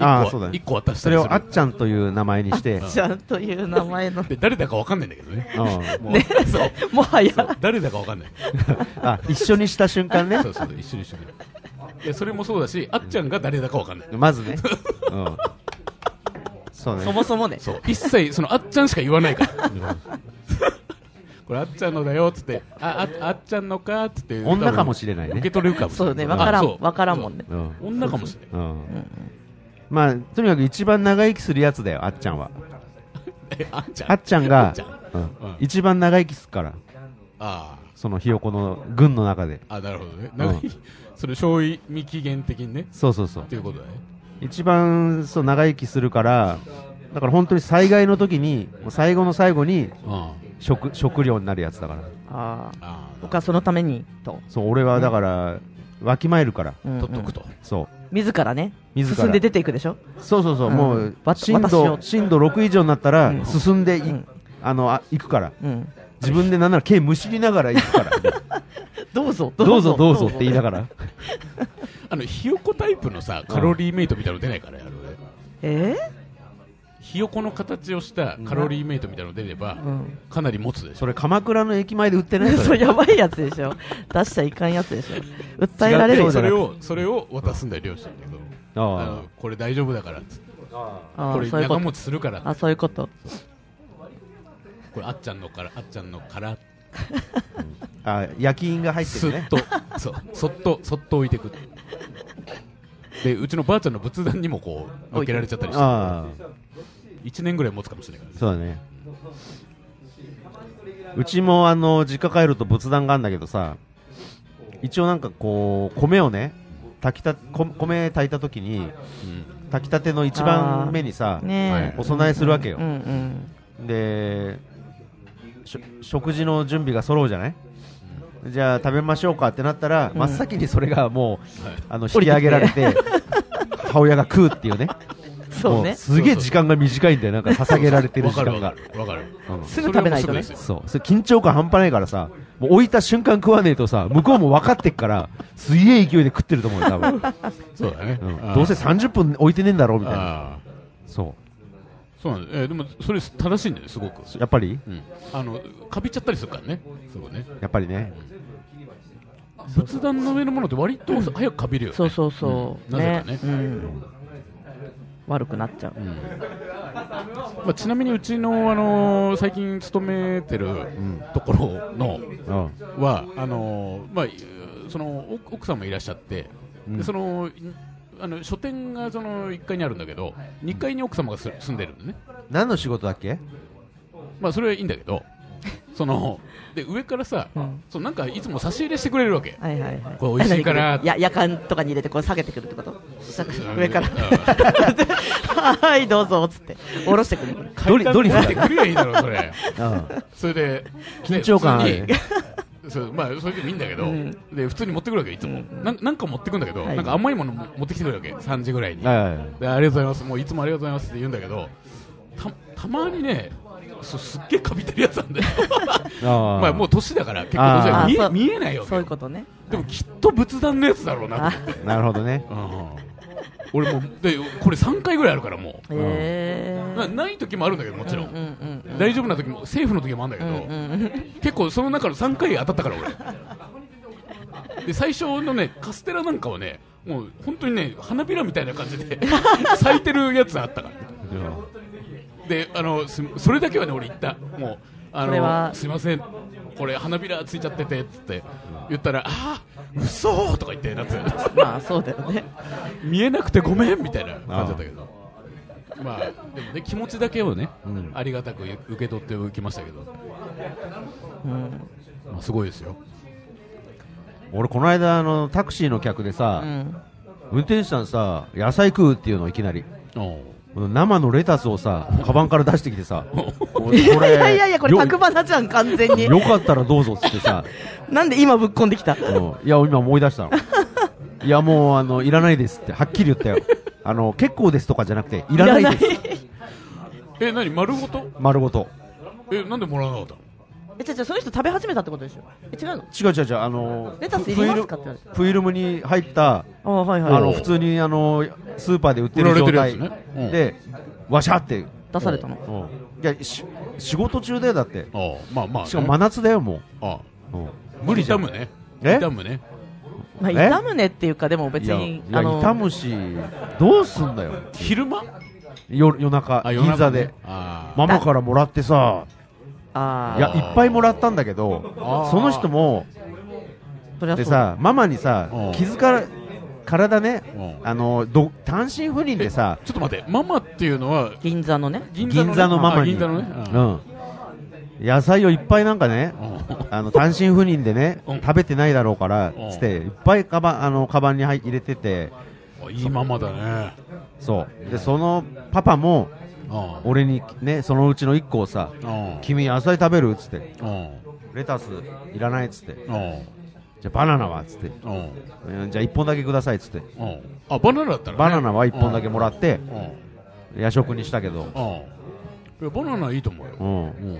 Speaker 2: あー
Speaker 3: 1個
Speaker 2: そうだ
Speaker 3: は
Speaker 2: ね
Speaker 3: 一個渡した
Speaker 2: そ
Speaker 3: り
Speaker 2: れ
Speaker 3: す
Speaker 2: を
Speaker 3: る
Speaker 2: あっちゃんという名前にして、
Speaker 1: ちゃんという名前の。
Speaker 3: で、誰だかわかんないんだけどね。
Speaker 2: うん
Speaker 3: もう
Speaker 1: ね
Speaker 3: そう。
Speaker 1: もはや。
Speaker 3: そう誰だかわかんない。
Speaker 2: あ、一緒にした瞬間ね
Speaker 3: そ。うそう、一緒に一緒に。いや、それもそうだし、あっちゃんが誰だかわかんない。
Speaker 2: まずね。うん。そう
Speaker 1: そ
Speaker 2: ね。
Speaker 1: もそもね。
Speaker 3: そう、一切、その、あっちゃんしか言わないから。これあっちゃんのだよっつって、あ、ああっちゃんのかっつって、
Speaker 2: 女かもしれないね
Speaker 3: 受け取れるかもしれ
Speaker 1: そ
Speaker 3: な
Speaker 1: う
Speaker 3: い。
Speaker 1: ね、わから
Speaker 3: あそ
Speaker 1: ん、
Speaker 3: う
Speaker 1: わからんもんね。
Speaker 2: うん。
Speaker 3: 女かもしれ
Speaker 2: うんまあ、とにかく一番長生きするやつだよ、あっちゃんは。
Speaker 3: ない。えあっちゃん。
Speaker 2: あっちゃん
Speaker 3: あっ
Speaker 2: が
Speaker 3: ちゃん、
Speaker 2: うん
Speaker 3: うん
Speaker 2: 一番長生きするから、
Speaker 3: あ
Speaker 2: そのひよこの軍の中で。
Speaker 3: あ、あなるほどね。
Speaker 2: ん
Speaker 3: なんか (laughs) それ、賞味期限的にね。
Speaker 2: そうそうそう
Speaker 3: っ。ていうことだね。
Speaker 2: 一番そう長生きするから、だから本当に災害の時に、もう最後の最後に、
Speaker 3: あ
Speaker 2: 食食料になるやつだから
Speaker 1: ああ
Speaker 3: あー
Speaker 1: 僕はそのためにと、
Speaker 2: そう俺はだから、わきまえるから
Speaker 1: うんうん
Speaker 3: 取っとくと、
Speaker 2: そう
Speaker 1: 自らね
Speaker 2: 自ら
Speaker 1: 進んで出ていくでしょ
Speaker 2: そうそうそう、
Speaker 1: うん
Speaker 2: もう
Speaker 1: わ
Speaker 2: 震
Speaker 1: 私
Speaker 2: 度
Speaker 1: を
Speaker 2: 震度6以上になったら
Speaker 1: うん
Speaker 2: 進んでい、
Speaker 1: うん
Speaker 2: あのあ行くから
Speaker 1: うん
Speaker 2: 自分でなんなら毛むしりながら行くから
Speaker 1: どうぞ
Speaker 2: (laughs) どうぞどうぞって言いながら
Speaker 3: あのひよこタイプのさカロリーメイトみたいなの出ないからやるね
Speaker 1: え
Speaker 3: ひよこの形をしたカロリーメイトみたいなの出れば、
Speaker 1: ーうん
Speaker 3: かなり持つでしょ
Speaker 2: それ鎌倉の駅前で売ってない
Speaker 1: そ
Speaker 2: (laughs) そ
Speaker 1: れ
Speaker 2: れ
Speaker 1: やばいやつでしょ出しちゃいかんやつでしょ訴えられる
Speaker 2: 違う
Speaker 1: よ
Speaker 2: じ
Speaker 3: そ
Speaker 2: ゃな
Speaker 3: れ
Speaker 2: くて
Speaker 3: をそれを渡すんだよ両親にそのあ
Speaker 2: あ
Speaker 3: のこれ大丈夫だからっつって
Speaker 1: あ
Speaker 3: こ
Speaker 1: あ
Speaker 3: れ
Speaker 1: そういうこ
Speaker 3: 長
Speaker 1: と
Speaker 3: 持ちするから
Speaker 1: あそういうこと
Speaker 3: これあっちゃんのからあっちゃんのから
Speaker 2: ああ焼き印が入って
Speaker 3: す
Speaker 2: る
Speaker 3: っ
Speaker 2: ね
Speaker 3: とそうそっとそっと置いてくでうちのばあちゃんの仏壇にもこう向けられちゃったりして
Speaker 2: ああ
Speaker 3: 1年ぐらい持つかもしれないからね
Speaker 2: そうだねうちもあの実家帰ると仏壇があるんだけどさ一応なんかこう米をね炊きたこ米炊いた時に炊きたての一番目にさ、
Speaker 1: ねえ
Speaker 2: お供えするわけよ
Speaker 1: うん、うん
Speaker 2: でしょ食事の準備が揃うじゃない、じゃあ食べましょうかってなったら、
Speaker 1: うん
Speaker 2: 真っ先にそれがもう、
Speaker 3: はい
Speaker 2: あの引き上げられて母親が食うっていうね
Speaker 1: そう
Speaker 2: もう
Speaker 1: ね
Speaker 2: すげえ時間が短いんだよなんか捧げられてる
Speaker 3: わ
Speaker 2: 時
Speaker 3: かる
Speaker 2: 間
Speaker 3: わ
Speaker 2: が
Speaker 3: か。るわかる
Speaker 2: うん
Speaker 1: すぐ食べないとね
Speaker 3: それはもうすぐですよ
Speaker 2: そうそれ緊張感半端ないからさもう置いた瞬間食わねえとさ向こうも分かってっからすげえ勢いで食ってると思うよ多
Speaker 3: (laughs)
Speaker 2: 分、
Speaker 3: そうだね
Speaker 2: うん
Speaker 3: あー
Speaker 2: どうせ30分置いてねえんだろうみたいな
Speaker 3: あー
Speaker 2: そ
Speaker 3: そうなんですえーでもそれ正しいんだよねすごく
Speaker 2: うやっぱり
Speaker 3: うんあのかびちゃったりするからねそうね
Speaker 2: やっぱりね
Speaker 3: 仏壇の上のものって割と早くかびるよね
Speaker 1: そうそうそう、
Speaker 3: うんなぜかね
Speaker 1: うん、悪くなっちゃう、
Speaker 3: まあ、ちなみにうちの、あのー最近勤めてるところの
Speaker 2: うん
Speaker 3: はあのーまあ、いその奥奥さんもいらっしゃって、
Speaker 2: うん
Speaker 3: でそのいあの書店がその1階にあるんだけど2階に奥様がす住んでるのね、
Speaker 2: 何の仕事だっけ
Speaker 3: まあ、それはいいんだけどそので上からさ、
Speaker 1: うん
Speaker 3: そうなんかいつも差し入れしてくれるわけ。
Speaker 1: はいはいはい
Speaker 3: これ美味しいから
Speaker 1: (laughs) や夜間とかに入れてこう下げてくるってこと
Speaker 3: うん
Speaker 1: 上から
Speaker 3: うん
Speaker 1: (laughs) はいどうぞっつって下ろして
Speaker 3: (laughs)
Speaker 1: くる
Speaker 2: ドリドリフ
Speaker 3: 買
Speaker 2: だ
Speaker 3: って
Speaker 2: よ
Speaker 3: くりゃいいだろそれ
Speaker 2: うん
Speaker 3: それで
Speaker 2: 緊張感あるね
Speaker 3: で普通にそうまあそれでもいいんだけど、
Speaker 1: うん
Speaker 3: で普通に持ってくるわけいつも、なん、なんか持ってくんだけど、
Speaker 1: はい
Speaker 3: なんか甘いものも持ってきてくるわけ3時ぐらいに、
Speaker 2: はいはいはい
Speaker 3: でありがとうございますもういつもありがとうございますって言うんだけどたたまにねそうすっげえかびてるや
Speaker 1: (laughs)
Speaker 3: つなんだよ
Speaker 2: あー
Speaker 3: まあもう年だから結構年だから
Speaker 1: あー
Speaker 3: 見え
Speaker 1: そう
Speaker 3: 見えないよ
Speaker 1: そういうことね
Speaker 3: でもきっと仏壇のやつだろうな
Speaker 1: あ
Speaker 3: と
Speaker 2: なるほどね
Speaker 3: 思って、うん、俺もうでこれ3回ぐらいあるからも
Speaker 1: へ
Speaker 3: う、
Speaker 1: え
Speaker 3: なない時もあるんだけどもちろん、
Speaker 1: うんうん
Speaker 3: 大丈夫な時もセーフの時もあるんだけど、
Speaker 1: うんうん
Speaker 3: 結構その中の3回当たったから俺で最初のねカステラなんかはねもう本当にね花びらみたいな感じ
Speaker 1: (laughs)
Speaker 3: で咲いてるやつあったからであのすそれだけはね俺言ったもうあ
Speaker 1: それ
Speaker 3: の
Speaker 1: は
Speaker 3: すいませんこれ花びらついちゃっててっつって言ったら「ああ嘘とか言ってなんつうの
Speaker 1: まあそうだよね
Speaker 3: 見えなくてごめんみたいな感じだったけどまあでもね気持ちだけをね、
Speaker 2: ん
Speaker 3: ありがたく受け取っておきましたけど、
Speaker 1: うん
Speaker 3: まあ、すごいですよ
Speaker 2: 俺この間あのタクシーの客でさ、
Speaker 1: うん
Speaker 2: 運転手さんさ野菜食うっていうのいきなり
Speaker 3: おう
Speaker 2: 生のレタスをさカバンから出してきてさ
Speaker 1: (laughs)
Speaker 2: こ
Speaker 1: いやいやいやこれ角
Speaker 2: よ
Speaker 1: 花じゃん完全に
Speaker 2: よかったらどうぞっつってさ
Speaker 1: (laughs) なんで今ぶっこんできた
Speaker 2: うんいや今思い出したのいやもうあのいらないですってはっきり言ったよあの結構ですとかじゃなくていらないです
Speaker 3: え何丸ごと
Speaker 2: 丸ごと
Speaker 3: えなんでもらわなかったの
Speaker 1: え違う違うその人食べ始めたってことでしょえ違うの
Speaker 2: 違う違う違うあの
Speaker 1: レタスいりますかって言われて
Speaker 2: フィルムに入った
Speaker 1: あはい
Speaker 2: あ
Speaker 1: は
Speaker 2: の
Speaker 1: い
Speaker 2: 普通にあのスーパーで売ってる状
Speaker 3: 売られ
Speaker 2: 態
Speaker 3: てるやつねうん
Speaker 2: で、わしゃって、
Speaker 1: 出されたの
Speaker 2: うんいやし仕事中だよ、だって、
Speaker 3: ああまあまあ、ね、
Speaker 2: しかも真夏だよ、も
Speaker 3: ああ
Speaker 2: う、うん
Speaker 3: 無理じゃん痛むね
Speaker 2: え
Speaker 3: 痛むね
Speaker 1: まあ
Speaker 2: え
Speaker 1: 痛むねっていうかでも別
Speaker 2: いや
Speaker 1: に
Speaker 2: い
Speaker 1: あ
Speaker 2: や
Speaker 1: の
Speaker 2: 痛むし、どうすんだよ、
Speaker 3: 昼間
Speaker 2: 夜夜中、
Speaker 3: あ夜
Speaker 2: 銀座
Speaker 3: 中ね
Speaker 2: で、
Speaker 3: あ
Speaker 2: ママからもらって
Speaker 1: あ
Speaker 2: さ、い
Speaker 1: ー
Speaker 2: や、いっぱいもらったんだけど
Speaker 3: あー、
Speaker 2: その人も、
Speaker 1: そりゃそ
Speaker 2: で
Speaker 1: う
Speaker 2: さ、ママにさ
Speaker 3: うん、
Speaker 2: 傷から、体ね
Speaker 3: う、ん
Speaker 2: あのど単身赴任でさ
Speaker 3: あ、ちょっと待ってママっていうのは
Speaker 1: 銀座のね
Speaker 3: 銀座の,、
Speaker 2: 銀座のママ
Speaker 3: あ
Speaker 2: に、
Speaker 3: 銀座のね
Speaker 2: う
Speaker 3: あ
Speaker 2: ん、野菜をいっぱいなんかね、
Speaker 3: あ
Speaker 2: あの単身赴任でね
Speaker 3: うん、
Speaker 2: 食べてないだろうから
Speaker 3: うん、
Speaker 2: つって、いっぱいカバンあのカバンに入入れてて、
Speaker 3: あいいママだね
Speaker 2: そう。で、そのパパも、
Speaker 3: ああ
Speaker 2: 俺にねそのうちの1個をさ
Speaker 3: ああ
Speaker 2: 君野菜食べるっつって
Speaker 3: あ
Speaker 2: レタスいらないっつって
Speaker 3: ああ
Speaker 2: じゃあバナナはっつって
Speaker 3: ああ
Speaker 2: うんじゃあ1本だけくださいっつって
Speaker 3: あああバナナだったら、ね、
Speaker 2: バナナは1本だけもらって
Speaker 3: ああ
Speaker 2: 夜食にしたけど、
Speaker 3: ああいやバナナいいと思うよ、
Speaker 2: うん、
Speaker 3: うん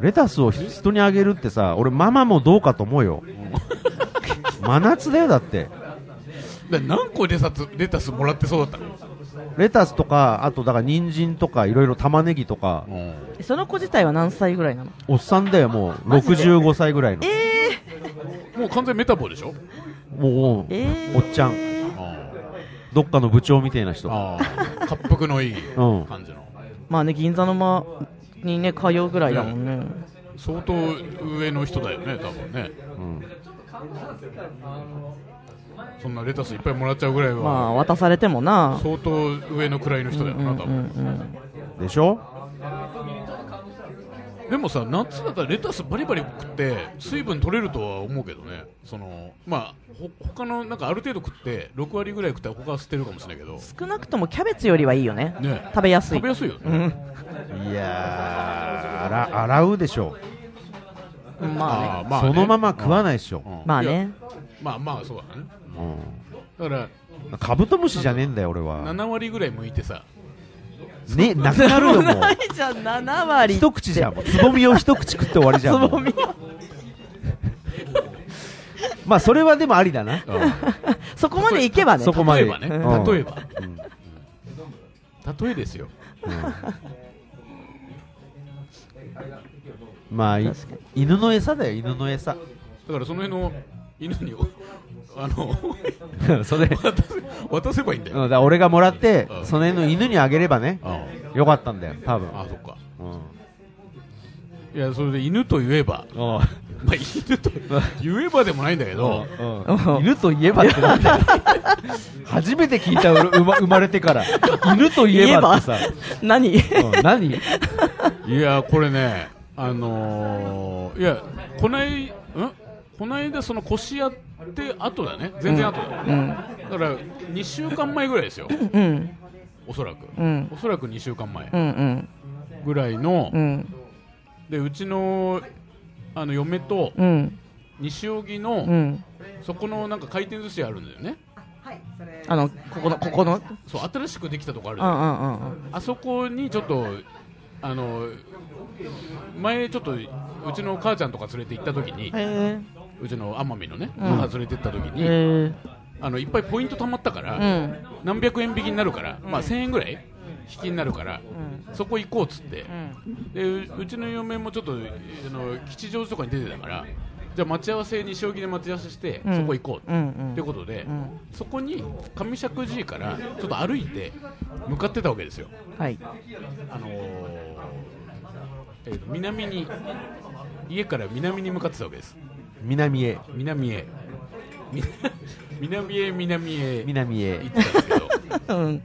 Speaker 2: レタスを人にあげるってさ俺ママもどうかと思うよ真夏だよだって
Speaker 3: で何個レタスレタスもらってそうだったの、
Speaker 2: レタスとかあとだから人参とかいろいろ玉ねぎとか
Speaker 3: うん
Speaker 1: その子自体は何歳ぐらいなの
Speaker 2: おっさんだよもう65歳ぐらいの
Speaker 3: もう完全メタボでしょ
Speaker 2: もう、
Speaker 1: えー
Speaker 2: おっちゃん
Speaker 3: あ
Speaker 2: どっかの部長みたいな人
Speaker 3: あああ恰幅のいい
Speaker 2: うん
Speaker 3: 感じの、
Speaker 1: まあね銀座の間にね通うぐらいだもんね、
Speaker 3: 相当上の人だよね多分ね
Speaker 2: うん
Speaker 3: そんなレタスいっぱいもらっちゃうぐらい
Speaker 1: まあ
Speaker 3: は
Speaker 1: 渡されてもな
Speaker 3: 相当上の位の人だよ
Speaker 1: うんう
Speaker 3: な多分、
Speaker 1: んうん
Speaker 2: でしょ
Speaker 3: でもさ夏だったらレタスバリバリ食って水分取れるとは思うけどねそのまあほ他のなんかある程度食って6割ぐらい食ったら他は捨てるかもしれないけど
Speaker 1: 少なくともキャベツよりはいいよね
Speaker 3: ね
Speaker 1: 食べやすい
Speaker 3: 食べやすいよね、
Speaker 2: いやー洗洗うでしょ、
Speaker 1: うんまあね
Speaker 3: ああまあね、、
Speaker 2: そのまま食わないいでしょ、
Speaker 3: うん
Speaker 1: まあ
Speaker 3: いや
Speaker 1: ね
Speaker 3: まあまあそうだね
Speaker 2: う
Speaker 3: だから
Speaker 2: ん、カブトムシじゃねえんだよ俺は
Speaker 3: 7割ぐらい剥いてさ
Speaker 2: ねなくなるよもう
Speaker 1: ないじゃん7割
Speaker 2: 一口じゃんもうつぼみを一口食って終わりじ
Speaker 1: (laughs)
Speaker 2: ゃんもう
Speaker 1: つぼみを
Speaker 2: まあそれはでもありだな、
Speaker 1: そこまでいけばね
Speaker 2: そこまで
Speaker 3: 例えばね、
Speaker 2: うん
Speaker 3: 例えば
Speaker 2: うん
Speaker 3: 例えですよ
Speaker 2: まあい
Speaker 1: 確かに
Speaker 2: 犬の餌だよ犬の餌
Speaker 3: だからその辺の犬におあ
Speaker 2: (laughs)
Speaker 3: の
Speaker 2: それ、
Speaker 3: 渡せ渡せばいいんだ
Speaker 2: うん、
Speaker 3: よ、
Speaker 2: だから俺がもらって
Speaker 3: うん
Speaker 2: その辺の犬にあげればね
Speaker 3: あ
Speaker 2: よかったんだよ多分
Speaker 3: ああそっか
Speaker 2: うん
Speaker 3: いやそれで犬といえば、
Speaker 2: お
Speaker 3: まあ、犬と言えばでもないんだけど
Speaker 2: う犬といえばってなんだよ初めて聞いた俺生ま生まれてから犬といえばってさ、
Speaker 1: 何 (laughs)
Speaker 2: うん、何
Speaker 3: いやこれねあのーいやこないんこないだその腰やって後だね全然後だ、
Speaker 1: うん
Speaker 3: だから2週間前ぐらいですよ
Speaker 1: うん
Speaker 3: おそらく、
Speaker 1: うん
Speaker 3: おそらく2週間前
Speaker 1: うんうん
Speaker 3: ぐらいの、
Speaker 1: うん
Speaker 3: でうちのあの嫁と
Speaker 1: うん
Speaker 3: 西荻の、
Speaker 1: うん
Speaker 3: そこのなんか回転寿司あるんだよね
Speaker 1: あのここのここの
Speaker 3: そう新しくできたとこある
Speaker 1: う
Speaker 3: じ
Speaker 1: んう
Speaker 3: ゃん
Speaker 1: んうんうん
Speaker 3: あそこにちょっとあの前ちょっとうちの母ちゃんとか連れて行った時に
Speaker 1: へえ
Speaker 3: うちの奄美のね
Speaker 1: ん
Speaker 3: 母連れて行った時に、
Speaker 1: へ
Speaker 3: あのいっぱいポイント貯まったか
Speaker 1: え
Speaker 3: ら、
Speaker 1: うん
Speaker 3: 何百円引きになるから、まあ1000円ぐらい引きになるから、
Speaker 1: うん
Speaker 3: そこ行こうっつって
Speaker 1: う、ん
Speaker 3: でううちの嫁もちょっとあの吉祥寺とかに出てたからじゃあ待ち合わせに将棋で待ち合わせして、
Speaker 1: うん
Speaker 3: そこ行こう、
Speaker 1: うんうん
Speaker 3: ってことで、
Speaker 1: うん
Speaker 3: そこに上石寺からちょっと歩いて向かってたわけですよ、
Speaker 1: はい
Speaker 3: あのーえーと南に家から南に向かってたわけです
Speaker 2: 南へ
Speaker 3: 南へみ南へ南へ行
Speaker 2: 南へ
Speaker 3: ってたんですけど
Speaker 1: うん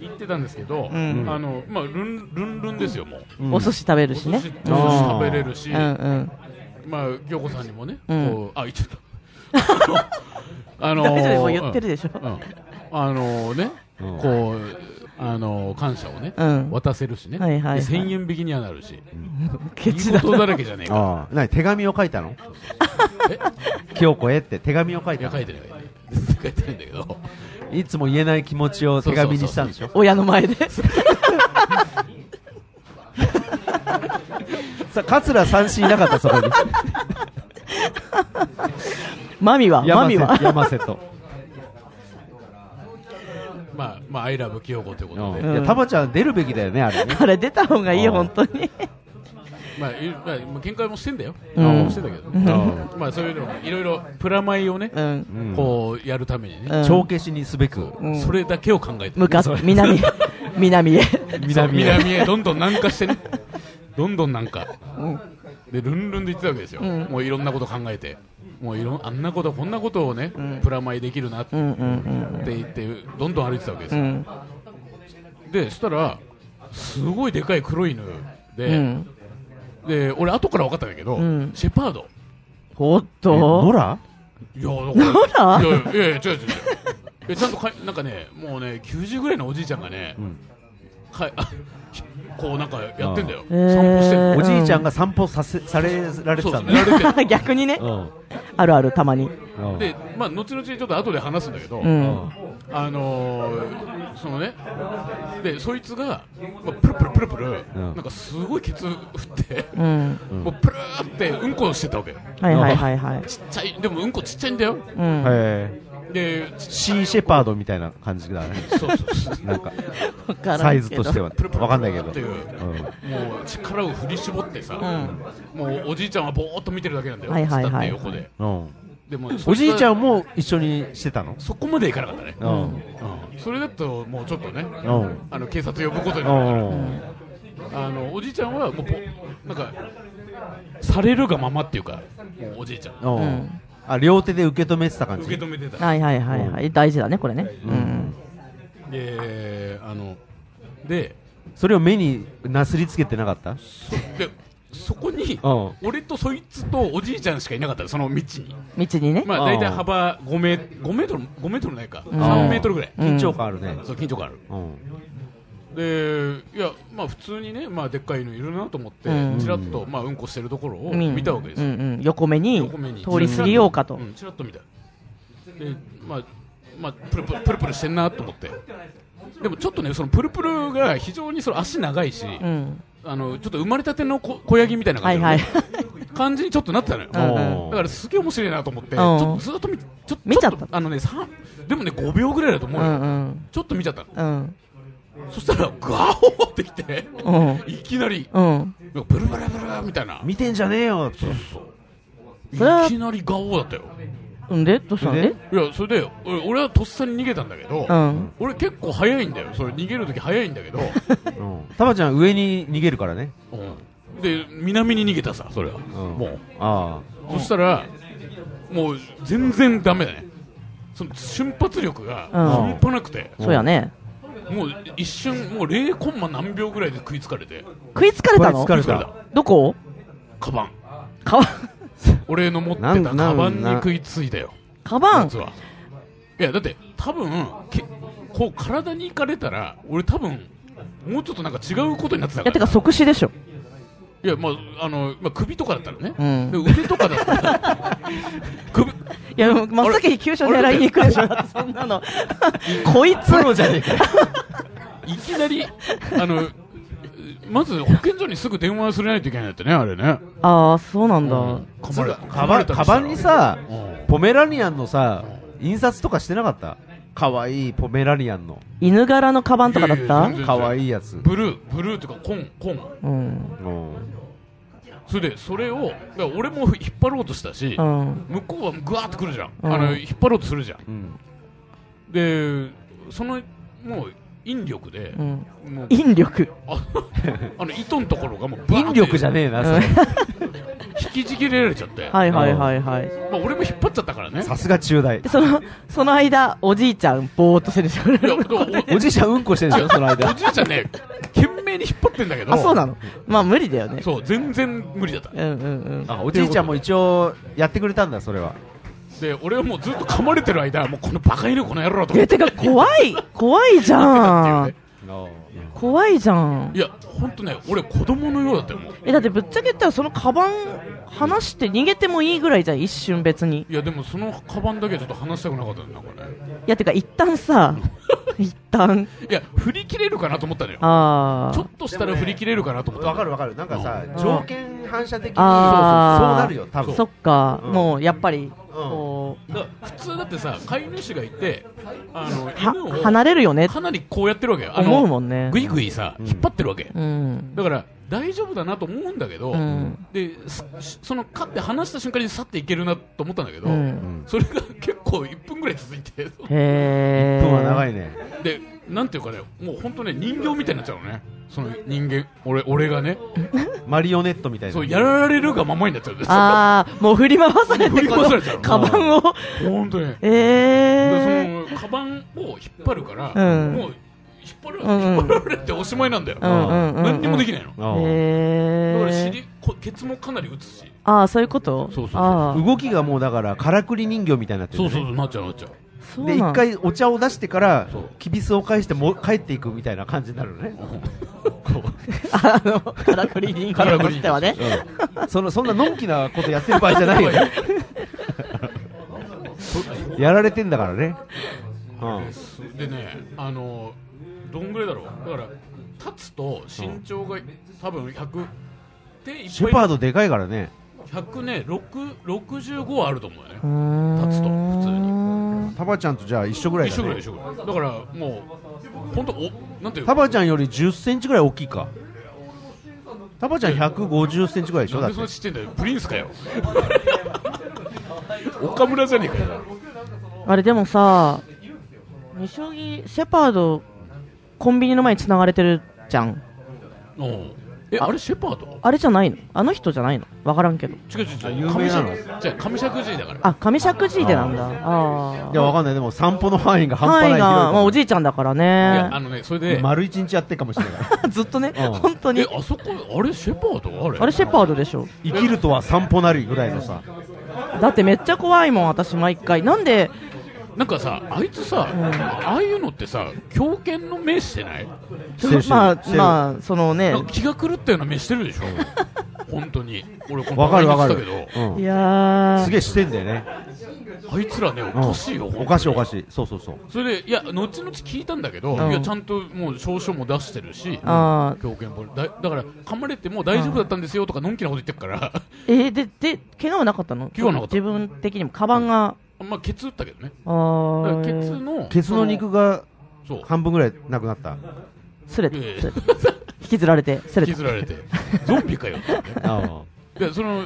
Speaker 3: 行ってたんですけど、
Speaker 1: ん
Speaker 3: あのまあルンルンルンですよもう、
Speaker 1: お寿司食べるし
Speaker 3: お寿
Speaker 1: ね
Speaker 3: 司
Speaker 1: うん
Speaker 3: お寿司食べれるし、
Speaker 1: うんうん
Speaker 3: まあ京子さんにもね、
Speaker 1: うん
Speaker 3: こうあ言っ
Speaker 1: (laughs)
Speaker 3: ちゃった。あの
Speaker 1: 大丈夫もう言ってるでしょ
Speaker 3: うんうんあのね、
Speaker 2: うん
Speaker 3: こうあの感謝をね、
Speaker 1: うん
Speaker 3: 渡せるしね、
Speaker 1: はいはいはい
Speaker 3: で1000円引きにはなるし、
Speaker 1: ケ
Speaker 3: い
Speaker 1: チ
Speaker 3: い
Speaker 1: だ
Speaker 3: ことだらけじゃねえか。
Speaker 2: ああ何手紙を書いたの
Speaker 3: え
Speaker 2: 京子へって手紙を書い
Speaker 3: い
Speaker 2: た
Speaker 3: や
Speaker 2: の
Speaker 3: 書いてない全然書いてないんだけど、
Speaker 2: いつも言えない気持ちを手紙にしたんでしょ
Speaker 1: 親の (laughs) 前で
Speaker 2: さ桂三振いなかったそこに
Speaker 1: マミはマ
Speaker 2: 山
Speaker 1: ミ
Speaker 2: 瀬
Speaker 1: は
Speaker 2: 山瀬と、
Speaker 3: まあまあアイラブ京子というこ
Speaker 2: う
Speaker 3: と
Speaker 2: ん
Speaker 3: で、
Speaker 2: いやタマちゃん出るべきだよねあれ
Speaker 1: (laughs)
Speaker 2: ね
Speaker 1: あれ出た方がいいよ
Speaker 2: うん
Speaker 1: 本当に
Speaker 3: まあいまあまあ見解もしてんだよ、
Speaker 1: うん
Speaker 3: してんだけど、
Speaker 2: ん
Speaker 3: まあそういうのもいろいろプラマイをね、
Speaker 1: うん
Speaker 2: うん
Speaker 3: こうやるためにね、
Speaker 1: うん
Speaker 2: 帳消しにすべく
Speaker 1: うん
Speaker 3: それだけを考えて
Speaker 1: 向かっ
Speaker 3: そう
Speaker 2: (laughs)
Speaker 1: 南へ南へ
Speaker 3: そう
Speaker 2: 南へ
Speaker 3: 南へどんどん南下してねどんどん南下でルンルンで言ってたわけですよ、
Speaker 1: うん
Speaker 3: もういろんなこと考えてもういろんあんなことこんなことをね、プラマイできるなって
Speaker 1: うんうんうん
Speaker 3: 言ってどんどん歩いてたわけです
Speaker 1: う
Speaker 3: よ、
Speaker 1: ん
Speaker 3: でそしたらすごいでかい黒い犬で、
Speaker 1: うん
Speaker 3: で俺後から分かったんだけど、
Speaker 1: うん
Speaker 3: シェパード
Speaker 1: おっ
Speaker 2: え
Speaker 1: と
Speaker 2: ノラ
Speaker 3: いやだ
Speaker 1: な
Speaker 3: から
Speaker 1: ん
Speaker 3: いやいやいやいや違う違う違ういやちゃんとかいなんかねもうね90ぐらいのおじいちゃんがね、
Speaker 2: うん
Speaker 3: かいこうなんかやってんだよ、
Speaker 1: あー
Speaker 3: 散歩してん
Speaker 1: えー
Speaker 3: の
Speaker 2: おじいちゃんが散歩させされられて
Speaker 3: そう
Speaker 2: た
Speaker 3: です
Speaker 2: ん
Speaker 3: ね
Speaker 2: だよ。
Speaker 3: 慣れてんの
Speaker 1: (laughs) 逆にね、
Speaker 2: うん
Speaker 1: あるある、たまに。
Speaker 2: うん
Speaker 3: でまあ後々ちょっと後で話すんだけど、
Speaker 1: うん。
Speaker 3: あのー、そのね、でそいつが、まあ、プルプルプルプル、
Speaker 2: うん
Speaker 3: なんかすごいケツ振って、
Speaker 1: うん。
Speaker 2: ん
Speaker 3: もうプルーってうんこしてたわけ、
Speaker 1: はいはいはいはい。
Speaker 3: ちっちゃい、でもうんこちっちゃいんだよ、
Speaker 1: うん。わ、
Speaker 2: え
Speaker 3: で、ち
Speaker 2: ーシーシェパードみたいな感じだね。
Speaker 3: そうそうそう
Speaker 2: な
Speaker 1: (laughs)
Speaker 2: んか
Speaker 1: からんけど
Speaker 2: サイズとしては
Speaker 3: プルプル
Speaker 2: わかんないけど
Speaker 3: っていう、。
Speaker 2: うん
Speaker 3: もう力を振り絞ってさ、
Speaker 1: う
Speaker 3: もうおじいちゃんはぼーっと見てるだけなんだよ、
Speaker 1: はいはいはい
Speaker 3: 立って横で。
Speaker 2: うん。
Speaker 3: でも
Speaker 2: おじいちゃ
Speaker 3: ん
Speaker 2: んも一緒にしてたの。
Speaker 3: そこまでいかなかったね、
Speaker 2: うん。
Speaker 3: うんそれだともうちょっとね、
Speaker 2: うん。
Speaker 3: あの警察呼ぶことに
Speaker 2: う
Speaker 3: なるから。
Speaker 2: ん。
Speaker 3: あのおじいちゃんはもうぼなんかされるがままっていうかもうおじいちゃん
Speaker 2: う
Speaker 1: うんん。
Speaker 2: あ、両手で受け止めてた感
Speaker 3: 受
Speaker 2: じ。
Speaker 3: け止めてた
Speaker 1: はいはいはいはい。大事だね、これね。
Speaker 2: ん
Speaker 3: であので
Speaker 2: それを目になすりつけてなかった。
Speaker 3: でそこに
Speaker 2: うん
Speaker 3: 俺とそいつとおじいちゃんしかいなかったのその道に
Speaker 1: うん。道にね。
Speaker 3: まあ
Speaker 2: あー
Speaker 3: 大体幅5メ5メートル5メートルないか
Speaker 1: ん
Speaker 3: 3メートルぐらい
Speaker 1: うん
Speaker 2: 緊張感あるね。
Speaker 3: そう緊張感ある
Speaker 2: うん。
Speaker 3: でいやまあ普通にねまあでっかい犬いるなと思って
Speaker 1: うん
Speaker 3: ちらっとまあうんこしてるところを
Speaker 1: うん
Speaker 3: 見たわけです
Speaker 1: う
Speaker 3: よ
Speaker 1: んうん、横目に
Speaker 3: 横目に
Speaker 1: 通り過ぎようかと、
Speaker 3: んちらっと見たでまあまあプルプルプルプルしてんなと思ってでもちょっとねそのプルプルが非常にその足長いし、
Speaker 1: うん、
Speaker 3: あのちょっと生まれたての子小ヤギみたいな
Speaker 1: は
Speaker 3: 感
Speaker 1: い
Speaker 3: じ,、
Speaker 1: はい
Speaker 3: 感じにちょっとなってたのよ、
Speaker 1: うん
Speaker 2: お
Speaker 3: だからすげえ面白いなと思って、
Speaker 1: ん
Speaker 3: ちょっとずっと見ちょっと
Speaker 1: 見ちゃった
Speaker 3: ょとあのね三でもね5秒ぐらいだと思
Speaker 1: う
Speaker 3: (laughs) うよ、
Speaker 1: んうん
Speaker 3: ちょっと見ちゃったの
Speaker 1: うん
Speaker 3: そしたらガオーってきて
Speaker 1: うん
Speaker 3: いきなり
Speaker 1: うん
Speaker 3: なんかブルブルブルブルみたいな
Speaker 2: 見てんじゃねえよ。
Speaker 1: それはい
Speaker 3: きなりガオーだったよ
Speaker 1: うんでどうしたの
Speaker 2: で
Speaker 1: え
Speaker 3: いやそれで俺俺はとっさに逃げたんだけど、
Speaker 1: うん
Speaker 3: 俺結構早いんだよそれ逃げるとき早いんだけど、
Speaker 2: うん。タマちゃん上に逃げるからね。
Speaker 3: うんで南に逃げたさそれは、もう
Speaker 2: あ
Speaker 3: そしたらもう全然ダメだねその瞬発力が
Speaker 1: うん
Speaker 3: 半端なくて、
Speaker 1: そうやね
Speaker 3: もう一瞬もう0コンマ何秒ぐらいで食いつかれて
Speaker 1: 食いつかれたの
Speaker 2: 食いつかれ
Speaker 3: 疲れた
Speaker 1: どこ
Speaker 3: カバン
Speaker 1: かば
Speaker 3: 俺の持って
Speaker 2: なん
Speaker 3: た
Speaker 2: な
Speaker 3: カ
Speaker 2: ん
Speaker 3: バンに食いついたよ
Speaker 1: かばん
Speaker 3: 実はいやだって多分けこう体に行かれたら俺多分もうちょっとなんか違うことになってた
Speaker 1: いや
Speaker 3: か
Speaker 1: て
Speaker 3: ら
Speaker 1: か即死でしょ
Speaker 3: いやまああの、まあ、首とかだったらね、
Speaker 1: うん
Speaker 3: で腕とかだったら (laughs) 首
Speaker 1: いや真っ先に急所狙いに行くでしょだってそんなの (laughs) こいつ
Speaker 2: あ。プロじゃねえか。
Speaker 3: いきなりあのまず保健所にすぐ電話すれないといけないんだってねあれね
Speaker 1: ああそうなんだ、
Speaker 3: 噛ま
Speaker 2: (laughs)
Speaker 3: れ
Speaker 2: カ
Speaker 3: 噛ま
Speaker 2: バ
Speaker 3: れ
Speaker 2: ン、
Speaker 3: た
Speaker 2: カ
Speaker 3: りした
Speaker 2: バ
Speaker 3: ら
Speaker 2: ンにさ、
Speaker 3: うん
Speaker 2: ポメラニアンのさ、印刷とかしてなかった可愛いポメラニアンの。
Speaker 1: 犬柄のカバンとかだっ
Speaker 3: いやいや
Speaker 1: た
Speaker 3: 全然
Speaker 2: 可愛いやつ。
Speaker 3: ブルーブルーっていうかコンコン
Speaker 1: うん
Speaker 2: うん。
Speaker 3: それでそれをだから俺も引っ張ろうとしたし、
Speaker 1: うん
Speaker 3: 向こうはグワーッとくるじゃん、
Speaker 1: うん
Speaker 3: あの引っ張ろうとするじゃん
Speaker 2: うん。
Speaker 3: でそのもう引力で、
Speaker 1: うん
Speaker 3: もう
Speaker 1: 引力
Speaker 3: ああの糸のところがもうバーッ
Speaker 2: 引
Speaker 3: て
Speaker 2: 力じゃねえな、それ
Speaker 3: 引きちぎれられちゃって、
Speaker 1: はいはいはいはい
Speaker 3: まあ、俺も引っ張っちゃったからね
Speaker 2: さすが中大
Speaker 1: で。そのその間おじいちゃんぼーっとしてるでしょ (laughs)
Speaker 3: いやだからお
Speaker 2: おじいちゃんうんこしてるでしょ、その
Speaker 3: お
Speaker 2: 間。
Speaker 3: じいちゃんね、懸命に引っ張ってんだけど、
Speaker 1: あそうなのまあ無理だよね
Speaker 3: そう全然無理だった。
Speaker 1: うんうんうん
Speaker 2: あ、おじいちゃんも一応やってくれたんだ、それは。
Speaker 3: で、俺はもうずっと噛まれてる間、もうこのバカ犬、この野郎と思
Speaker 1: え
Speaker 3: って
Speaker 1: てか怖い怖いじゃ
Speaker 3: たってい
Speaker 1: ん
Speaker 3: うね
Speaker 1: 怖いじゃん
Speaker 3: いや、本当ね、俺、子供のようだったよ、もう。
Speaker 1: えだってぶっちゃけ言ったらそのカバン離して逃げてもいいぐらいじゃん一瞬別に
Speaker 3: いや、でもそのカバンだけはちょっと話したくなかったんだ、これ。
Speaker 1: いやてか一旦
Speaker 3: (laughs)
Speaker 1: さ一旦
Speaker 3: いや、振り切れるかなと思ったのよ。
Speaker 1: あ
Speaker 3: ちょっとしたら振り切れるかなと思った
Speaker 2: わ
Speaker 3: の。
Speaker 2: かるわかる。なんかさ
Speaker 1: ん、
Speaker 2: 条件反射的に、そうそうそう
Speaker 1: あー
Speaker 2: なるよ、多
Speaker 1: あ
Speaker 2: 分。
Speaker 1: そっか、
Speaker 2: うん
Speaker 1: もうやっぱりこう、
Speaker 3: だから普通だってさ、飼い主がいて、あの、犬
Speaker 1: は
Speaker 3: を、
Speaker 1: 離れるよね
Speaker 3: かなりこうやってるわけよ。あ
Speaker 1: 思う
Speaker 3: の、
Speaker 1: もんね
Speaker 3: ぐいぐいさ、引っ張ってるわけ。
Speaker 1: うん
Speaker 3: だから、大丈夫だなと思うんだけど、
Speaker 1: うん
Speaker 3: ですその勝って話した瞬間に去っていけるなと思ったんだけど、
Speaker 1: うん
Speaker 3: それが結構1分ぐらい続いて
Speaker 1: へえ
Speaker 2: 分は長いね。
Speaker 3: でなんていうかねもう本当ね人形みたいになっちゃうのねその人間俺俺がね
Speaker 2: マリオネットみたいな。
Speaker 3: そうやられるがままになっちゃうんですよ
Speaker 1: ああもう振り回され
Speaker 3: 振
Speaker 1: て
Speaker 3: り
Speaker 1: こ
Speaker 3: 回されちゃ
Speaker 1: の
Speaker 3: う
Speaker 1: カバンを
Speaker 3: 本当に
Speaker 1: ええ
Speaker 3: でそのカバンを引っ張るから、
Speaker 1: うん
Speaker 3: もう引っ張る、
Speaker 1: うんうん
Speaker 3: 引っ張られておしまいなんだよ、
Speaker 1: うんうんうんうん
Speaker 3: 何にもできないの、
Speaker 2: うん
Speaker 1: へ
Speaker 3: だから
Speaker 1: え
Speaker 3: 尻こケツもかなり打つし
Speaker 1: ああそういうこと
Speaker 3: そうそうそう
Speaker 1: ああ
Speaker 2: 動きがもうだからからくり人形みたいになってる
Speaker 3: そ
Speaker 2: よ
Speaker 3: う
Speaker 2: ね、
Speaker 3: そうそうなっちゃうなっちゃう
Speaker 1: そう
Speaker 2: で
Speaker 1: なん
Speaker 2: 一回お茶を出してから
Speaker 3: そう
Speaker 2: きびすを返しても帰っていくみたいな感じになるのね、
Speaker 1: あのからくり人形としてはね
Speaker 2: そのそんなのんきなことやってる場合じゃない
Speaker 3: (laughs)
Speaker 2: よねやられてんだからね、うん
Speaker 3: でねあのどんぐらいだろうだから立つと身長が多分100でいっぱい
Speaker 2: シェパードでかいからね
Speaker 3: 100ね6 65はあると思うよね
Speaker 1: うーん
Speaker 3: 立つと普通
Speaker 1: に
Speaker 2: タバちゃんとじゃあ一緒ぐらいだ、ね、
Speaker 3: 一緒ぐらい一緒ぐらいだからもう本当おなんていう
Speaker 2: タバちゃんより1 0センチぐらい大きいかタバちゃん1 5 0センチぐらいでしょ
Speaker 3: な
Speaker 2: だ
Speaker 3: ん
Speaker 2: っ
Speaker 3: でそ
Speaker 2: て
Speaker 3: んなちっちゃいんだよプリンスかよ岡村じゃねえかよ
Speaker 1: あれでもさ二将棋シェパードコンビニの前に繋がれてるじゃん
Speaker 3: おうえあれシェパード
Speaker 1: あれじゃないのあの人じゃないのわからんけど
Speaker 3: 違う違う違う
Speaker 2: 有名なの
Speaker 3: 上尺じゃあ上尺寺だから
Speaker 1: あ上石神でなんだあ
Speaker 2: いや
Speaker 1: あ
Speaker 2: わかんないでも散歩の範囲が半端ない
Speaker 1: 範囲が、
Speaker 2: 広いから
Speaker 1: まあ、おじいちゃんだから
Speaker 3: いや
Speaker 1: ね
Speaker 3: あのねそれで
Speaker 2: 丸一日やってるかもしれな
Speaker 1: (laughs)
Speaker 2: い
Speaker 1: ずっとね
Speaker 2: うん
Speaker 1: 本当
Speaker 3: え
Speaker 1: に
Speaker 3: あそこあれシェパードあれ
Speaker 1: あれシェパードでしょ
Speaker 2: 生きるとは散歩なりぐらいのさ
Speaker 1: だってめっちゃ怖いもん私毎回なんで
Speaker 3: なんかさあいつさ、ああいうのってさ狂犬の目してない
Speaker 2: してるし
Speaker 1: (laughs)
Speaker 2: てる
Speaker 1: まあ
Speaker 2: してる
Speaker 1: まあそのね
Speaker 3: なんか気が狂ったような目してるで
Speaker 2: (laughs)
Speaker 3: しょ本当に俺この
Speaker 2: わかるわか
Speaker 3: 前
Speaker 2: る
Speaker 3: 言ってた、
Speaker 1: い
Speaker 2: うん、
Speaker 1: やー
Speaker 2: すげえしてんだよね、
Speaker 3: けどあいつらね
Speaker 2: うん
Speaker 3: おかしいよ、
Speaker 2: おかしいおか
Speaker 3: い
Speaker 2: しいそうそうそう
Speaker 3: それでいや後々聞いたんだけど、
Speaker 1: うん
Speaker 3: いやちゃんともう証書も出してるし
Speaker 1: あー
Speaker 3: 狂犬ポルだだから噛まれてもう大丈夫だったんですよとかのんきなこと言ってるから
Speaker 1: えーでで怪我はなかったの
Speaker 3: 怪我はなかった
Speaker 1: 自分的にもカバンが、
Speaker 3: まあケツ打ったけどね
Speaker 1: あ
Speaker 3: だから
Speaker 1: ー
Speaker 3: ケツの
Speaker 2: ケツの肉が
Speaker 3: そのそう
Speaker 2: 半分ぐらいなくなった
Speaker 1: すれた、
Speaker 3: ええ
Speaker 1: すれた引きずられてすれ
Speaker 3: 引き
Speaker 1: た
Speaker 3: ずられてゾンビかよってね
Speaker 2: あ
Speaker 3: でその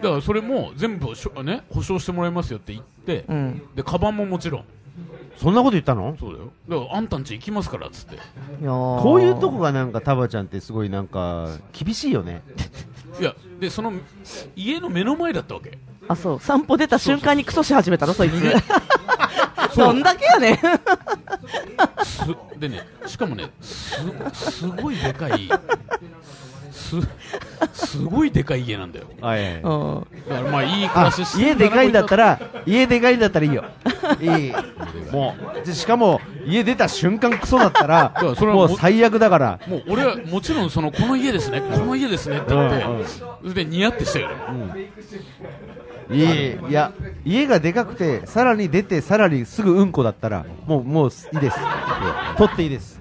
Speaker 3: だからそれも全部しょ、ね、保証してもらいますよって言って、
Speaker 1: うん
Speaker 3: でカバンももちろん
Speaker 2: そんなこと言ったの
Speaker 3: そうだよだからあんたんち行きますからっつって
Speaker 1: こ
Speaker 2: こういうとこがなんかタバちゃんってすごいなんか厳しいよね
Speaker 3: いやでその家の目の前だったわけ
Speaker 1: あそう散歩出た瞬間にクソし始めたのそいつどんだけやねん
Speaker 3: すでねしかもねすすごいでかいすすごいでかい家なんだよ
Speaker 2: はい
Speaker 1: うん
Speaker 3: だからまあいい暮
Speaker 2: あ
Speaker 3: らしして
Speaker 2: 家でかいんだった
Speaker 3: ら
Speaker 2: ら家でかいんだったらいいよいいもうでしかも家出た瞬間クソだったら
Speaker 3: そうそれは
Speaker 2: もう
Speaker 3: も
Speaker 2: 最悪だから
Speaker 3: もう俺はもちろんそのこの家ですねこの家ですねって言って、
Speaker 2: うんうん
Speaker 3: それでニヤってしたよね
Speaker 2: いいいや家がでかくてさらに出てさらにすぐうんこだったらもうもういいです取っていいです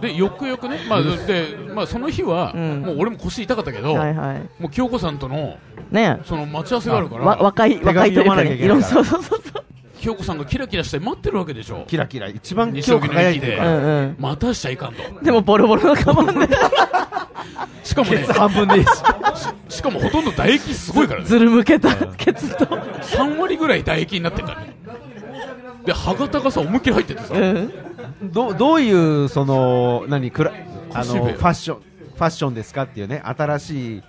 Speaker 3: でよくよくね、まあでまあ、その日は、
Speaker 1: うん
Speaker 3: もう俺も腰痛かったけど、
Speaker 1: はいはい
Speaker 3: もう清子さんとの
Speaker 1: ね
Speaker 3: その待ち合わせがあるか
Speaker 1: えわ
Speaker 3: ら、
Speaker 1: 若い
Speaker 2: 手紙
Speaker 1: 若いというか
Speaker 2: 読まなきゃ
Speaker 1: ね
Speaker 2: いけな
Speaker 1: いろ
Speaker 2: いから
Speaker 1: んそうそうそうそう
Speaker 3: 清子さんがキラキラして待ってるわけでしょ、
Speaker 2: キラキラ一番
Speaker 3: 西
Speaker 2: 今
Speaker 3: 荻
Speaker 2: 日
Speaker 3: の
Speaker 2: 輝
Speaker 3: 駅
Speaker 2: いて
Speaker 3: で
Speaker 2: る
Speaker 1: う
Speaker 2: から
Speaker 1: んうん
Speaker 3: 待たしちゃいかんと、
Speaker 1: でもボロボロのカバンで
Speaker 3: しかもね、
Speaker 2: 半分でいいし
Speaker 3: (laughs) しかもほとんど唾液すご
Speaker 1: (laughs)
Speaker 3: いからね、
Speaker 1: ずるむけたケツと
Speaker 3: 3割ぐらい唾液になってたね、で歯型がさ、思いっきり入っててさ、
Speaker 1: うん
Speaker 2: どどういうその何くらあ
Speaker 3: 腰
Speaker 2: の
Speaker 3: 笛
Speaker 2: ファッションファッションですかっていうね新しい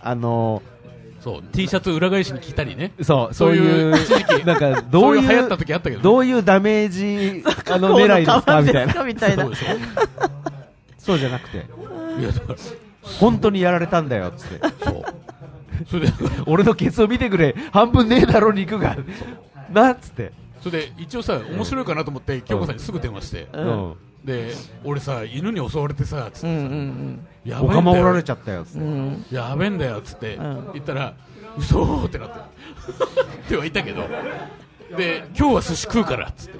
Speaker 2: あの
Speaker 3: そう T シャツ裏返しに着た
Speaker 2: (laughs)
Speaker 3: りね、
Speaker 2: そう
Speaker 3: そういう一時期
Speaker 2: なんかど
Speaker 3: そうう
Speaker 2: い
Speaker 3: いうう流行った時あったけどね、
Speaker 2: どういうダメージあの
Speaker 1: こう
Speaker 2: 狙いです
Speaker 1: カバ
Speaker 2: か
Speaker 1: ン
Speaker 2: みたい
Speaker 1: です
Speaker 2: な
Speaker 1: かみたいな
Speaker 3: そうでしょ
Speaker 2: そうじゃなくて
Speaker 3: いやだから
Speaker 2: 本当にやられたんだよっつって
Speaker 3: そうそれで
Speaker 2: 俺のケツを見てくれ半分ねえだろ肉がなっつって、
Speaker 3: それで一応さ、面白いかなと思って、京子さんにすぐ電話して、
Speaker 1: う
Speaker 2: うんん、
Speaker 3: で俺さ、犬に襲われてさ、つっ
Speaker 1: う
Speaker 3: て、
Speaker 1: ん
Speaker 3: や
Speaker 2: お
Speaker 3: ばいん
Speaker 2: 釜
Speaker 3: だ
Speaker 2: おられ
Speaker 3: よ、
Speaker 2: ちゃったよっつっ
Speaker 1: うんう
Speaker 2: て、
Speaker 1: ん
Speaker 3: やべえんだよつって
Speaker 1: うん
Speaker 3: 言ったら、嘘ーってな (laughs) って、っては言ったけど、で今日は寿司食うからつって、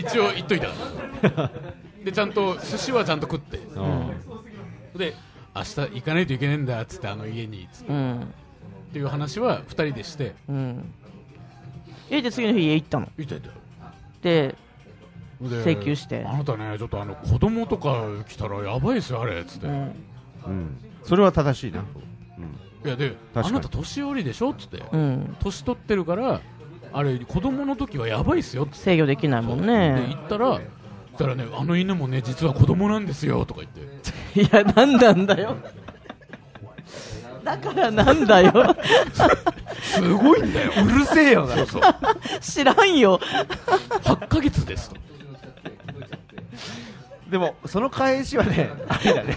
Speaker 3: 一応言っといたから、でちゃんと寿司はちゃんと食って、
Speaker 2: うん
Speaker 3: で明日行かないといけないんだつって、あの家につっ
Speaker 1: う
Speaker 3: て
Speaker 1: んうん
Speaker 3: っていう話は2人でして、
Speaker 1: うんえで次の日家行ったの
Speaker 3: 言った言った
Speaker 1: で
Speaker 3: で
Speaker 1: 請求して
Speaker 3: あなたね、ちょっとあの子供とか来たらやばいですよ、あれつって。
Speaker 1: うん
Speaker 2: うん、それは正しいな、うん
Speaker 3: いやで
Speaker 2: 確か
Speaker 3: あ
Speaker 2: に
Speaker 3: なた年寄りでしょっつって、
Speaker 1: うん
Speaker 3: 年取ってるからあれ子供の時はやばいっすよっつって
Speaker 1: 制御できないもん
Speaker 3: で
Speaker 1: ね
Speaker 3: 言ったらそしたらねあの犬もね実は子供なんですよとか言って
Speaker 1: いや、なんなんだよ。だからなんだよ。
Speaker 3: すごいんだよ
Speaker 2: うるせえよな
Speaker 3: そうそう
Speaker 1: 知らんよ。
Speaker 3: 8ヶ月ですと
Speaker 2: でもその返しはねありだね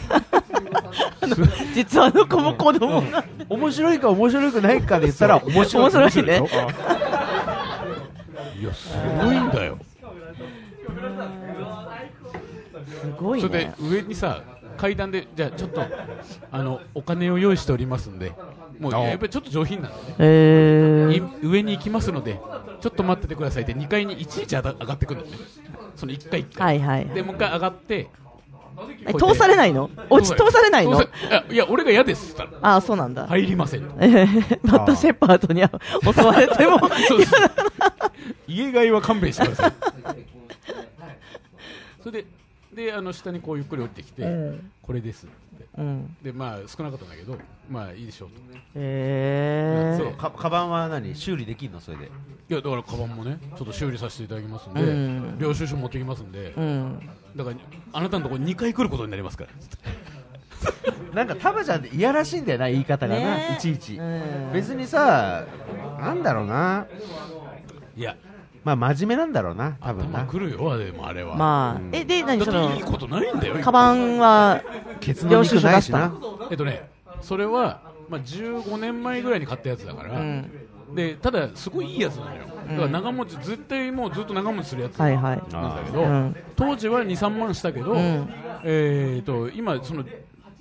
Speaker 1: 実はあの子も子供が、
Speaker 2: 面白いか面白くないかで言ったら面白い。
Speaker 1: 面白いね
Speaker 3: いや、すごいんだよ。
Speaker 1: すごい
Speaker 3: それで
Speaker 1: ね。
Speaker 3: 上にさ階段でじゃあちょっとあのお金を用意しておりますんでもう
Speaker 2: あ
Speaker 3: やっぱりちょっと上品なんでね
Speaker 1: えー、
Speaker 3: い上に行きますのでちょっと待っててくださいって2階にいちいち上が上がってくるんだよねその1階1
Speaker 1: は
Speaker 3: 階、
Speaker 1: いはい。
Speaker 3: でもう一回上がって
Speaker 1: え通されないの落ち通されないの
Speaker 3: 通されあいや俺が嫌ですって言ったら
Speaker 1: ああ、そうなんだ。
Speaker 3: 入りません
Speaker 1: えー、マットシェパードに襲われても、 (laughs)
Speaker 3: そうです家買いは勘弁してください (laughs) それでであの下にこうゆっくり降りてきて、
Speaker 1: うん
Speaker 3: これですって
Speaker 1: うん。
Speaker 3: でまあ少なかったんだけどまあいいでしょうと
Speaker 1: え
Speaker 2: そ
Speaker 1: ー
Speaker 2: う、か、カバンは何修理できんのそれで。
Speaker 3: いやだからカバンもねちょっと修理させていただきますんで、
Speaker 1: うん
Speaker 3: 領収書持ってきますんで、
Speaker 1: うん。
Speaker 3: だからあなたのところに2回来ることになりますから
Speaker 2: なんかタバちゃんっていやらしいんだよな、言い方がな、
Speaker 1: ね
Speaker 2: いちいち、
Speaker 1: うん
Speaker 2: 別にさ、なんだろうな、
Speaker 3: いや
Speaker 2: まあ真面目なんだろうな、多分
Speaker 3: 頭
Speaker 2: な。
Speaker 3: 来るよでもあれは、
Speaker 1: まあ、え、で、何そ
Speaker 3: だっ
Speaker 1: の
Speaker 3: ていい、ことないんだよ
Speaker 1: カバンは、
Speaker 2: ケツの肉ないし
Speaker 1: 領
Speaker 2: な。
Speaker 3: えっとねそれは、まあ、15年前ぐらいに買ったやつだから、
Speaker 1: うん。
Speaker 3: でただすごいいいやつなのよ、だから長持ち絶対もうずっと長持ちするやつ
Speaker 1: は
Speaker 3: ないんだ
Speaker 1: はい。
Speaker 3: けど、
Speaker 1: うん
Speaker 3: 当時は23万したけど、
Speaker 1: ん
Speaker 3: えー、と今その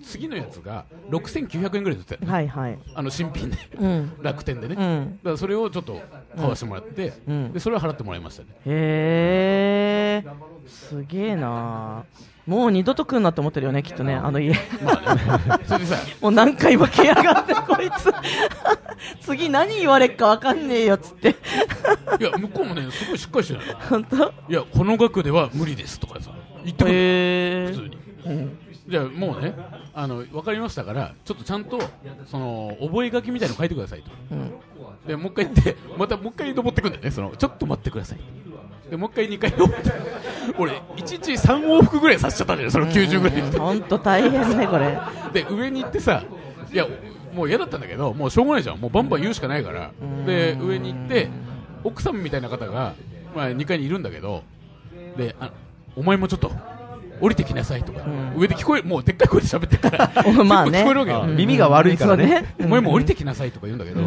Speaker 3: 次のやつが6900円ぐらいで売ってたよね
Speaker 1: はいはい。
Speaker 3: あの新品で、
Speaker 1: うん。
Speaker 3: 楽天でね、
Speaker 1: う
Speaker 3: だ
Speaker 1: ん。
Speaker 3: からそれをちょっと買わせてもらって、
Speaker 1: うん
Speaker 3: でそれは払ってもらいましたね
Speaker 1: へえ。すげえなもう二度と来るなって思ってるよね、きっとね、あの家。
Speaker 3: それでさ
Speaker 1: (laughs) もう何回も来やがって、こいつ。 (laughs) 次何言われっかわかんねえよ、つって。
Speaker 3: いや向こうもねすごいしっかりしてないの
Speaker 1: 本当
Speaker 3: いやこの額では無理ですとかさ言ってく
Speaker 1: へ
Speaker 3: る、
Speaker 1: え
Speaker 3: 普。通に、じゃあもうねあの分かりましたからちょっとちゃんとその覚書きみたいの書いてくださいと
Speaker 1: うん。
Speaker 3: でもう一回行ってまたもう一回登ってくんだよねそのちょっと待ってくださいでもう一回2回登って (laughs) 俺1日3往復ぐらいさせちゃったんだよその90ぐらいで、
Speaker 1: 本当大変ね、こ
Speaker 3: (laughs)
Speaker 1: れ。
Speaker 3: で上に行ってさいやもう嫌だったんだけどもうしょうがないじゃんもうバンバン言うしかないからで上に行って奥さんみたいな方が、まあ、2階にいるんだけどであお前もちょっと降りてきなさいとか、上で聞こえもうでっかい声で喋ってるから
Speaker 1: おまあね
Speaker 3: 結構聞こえるわけよ、
Speaker 2: うん耳が悪いからね
Speaker 1: そう
Speaker 3: (laughs) お前も降りてきなさいとか言うんだけど、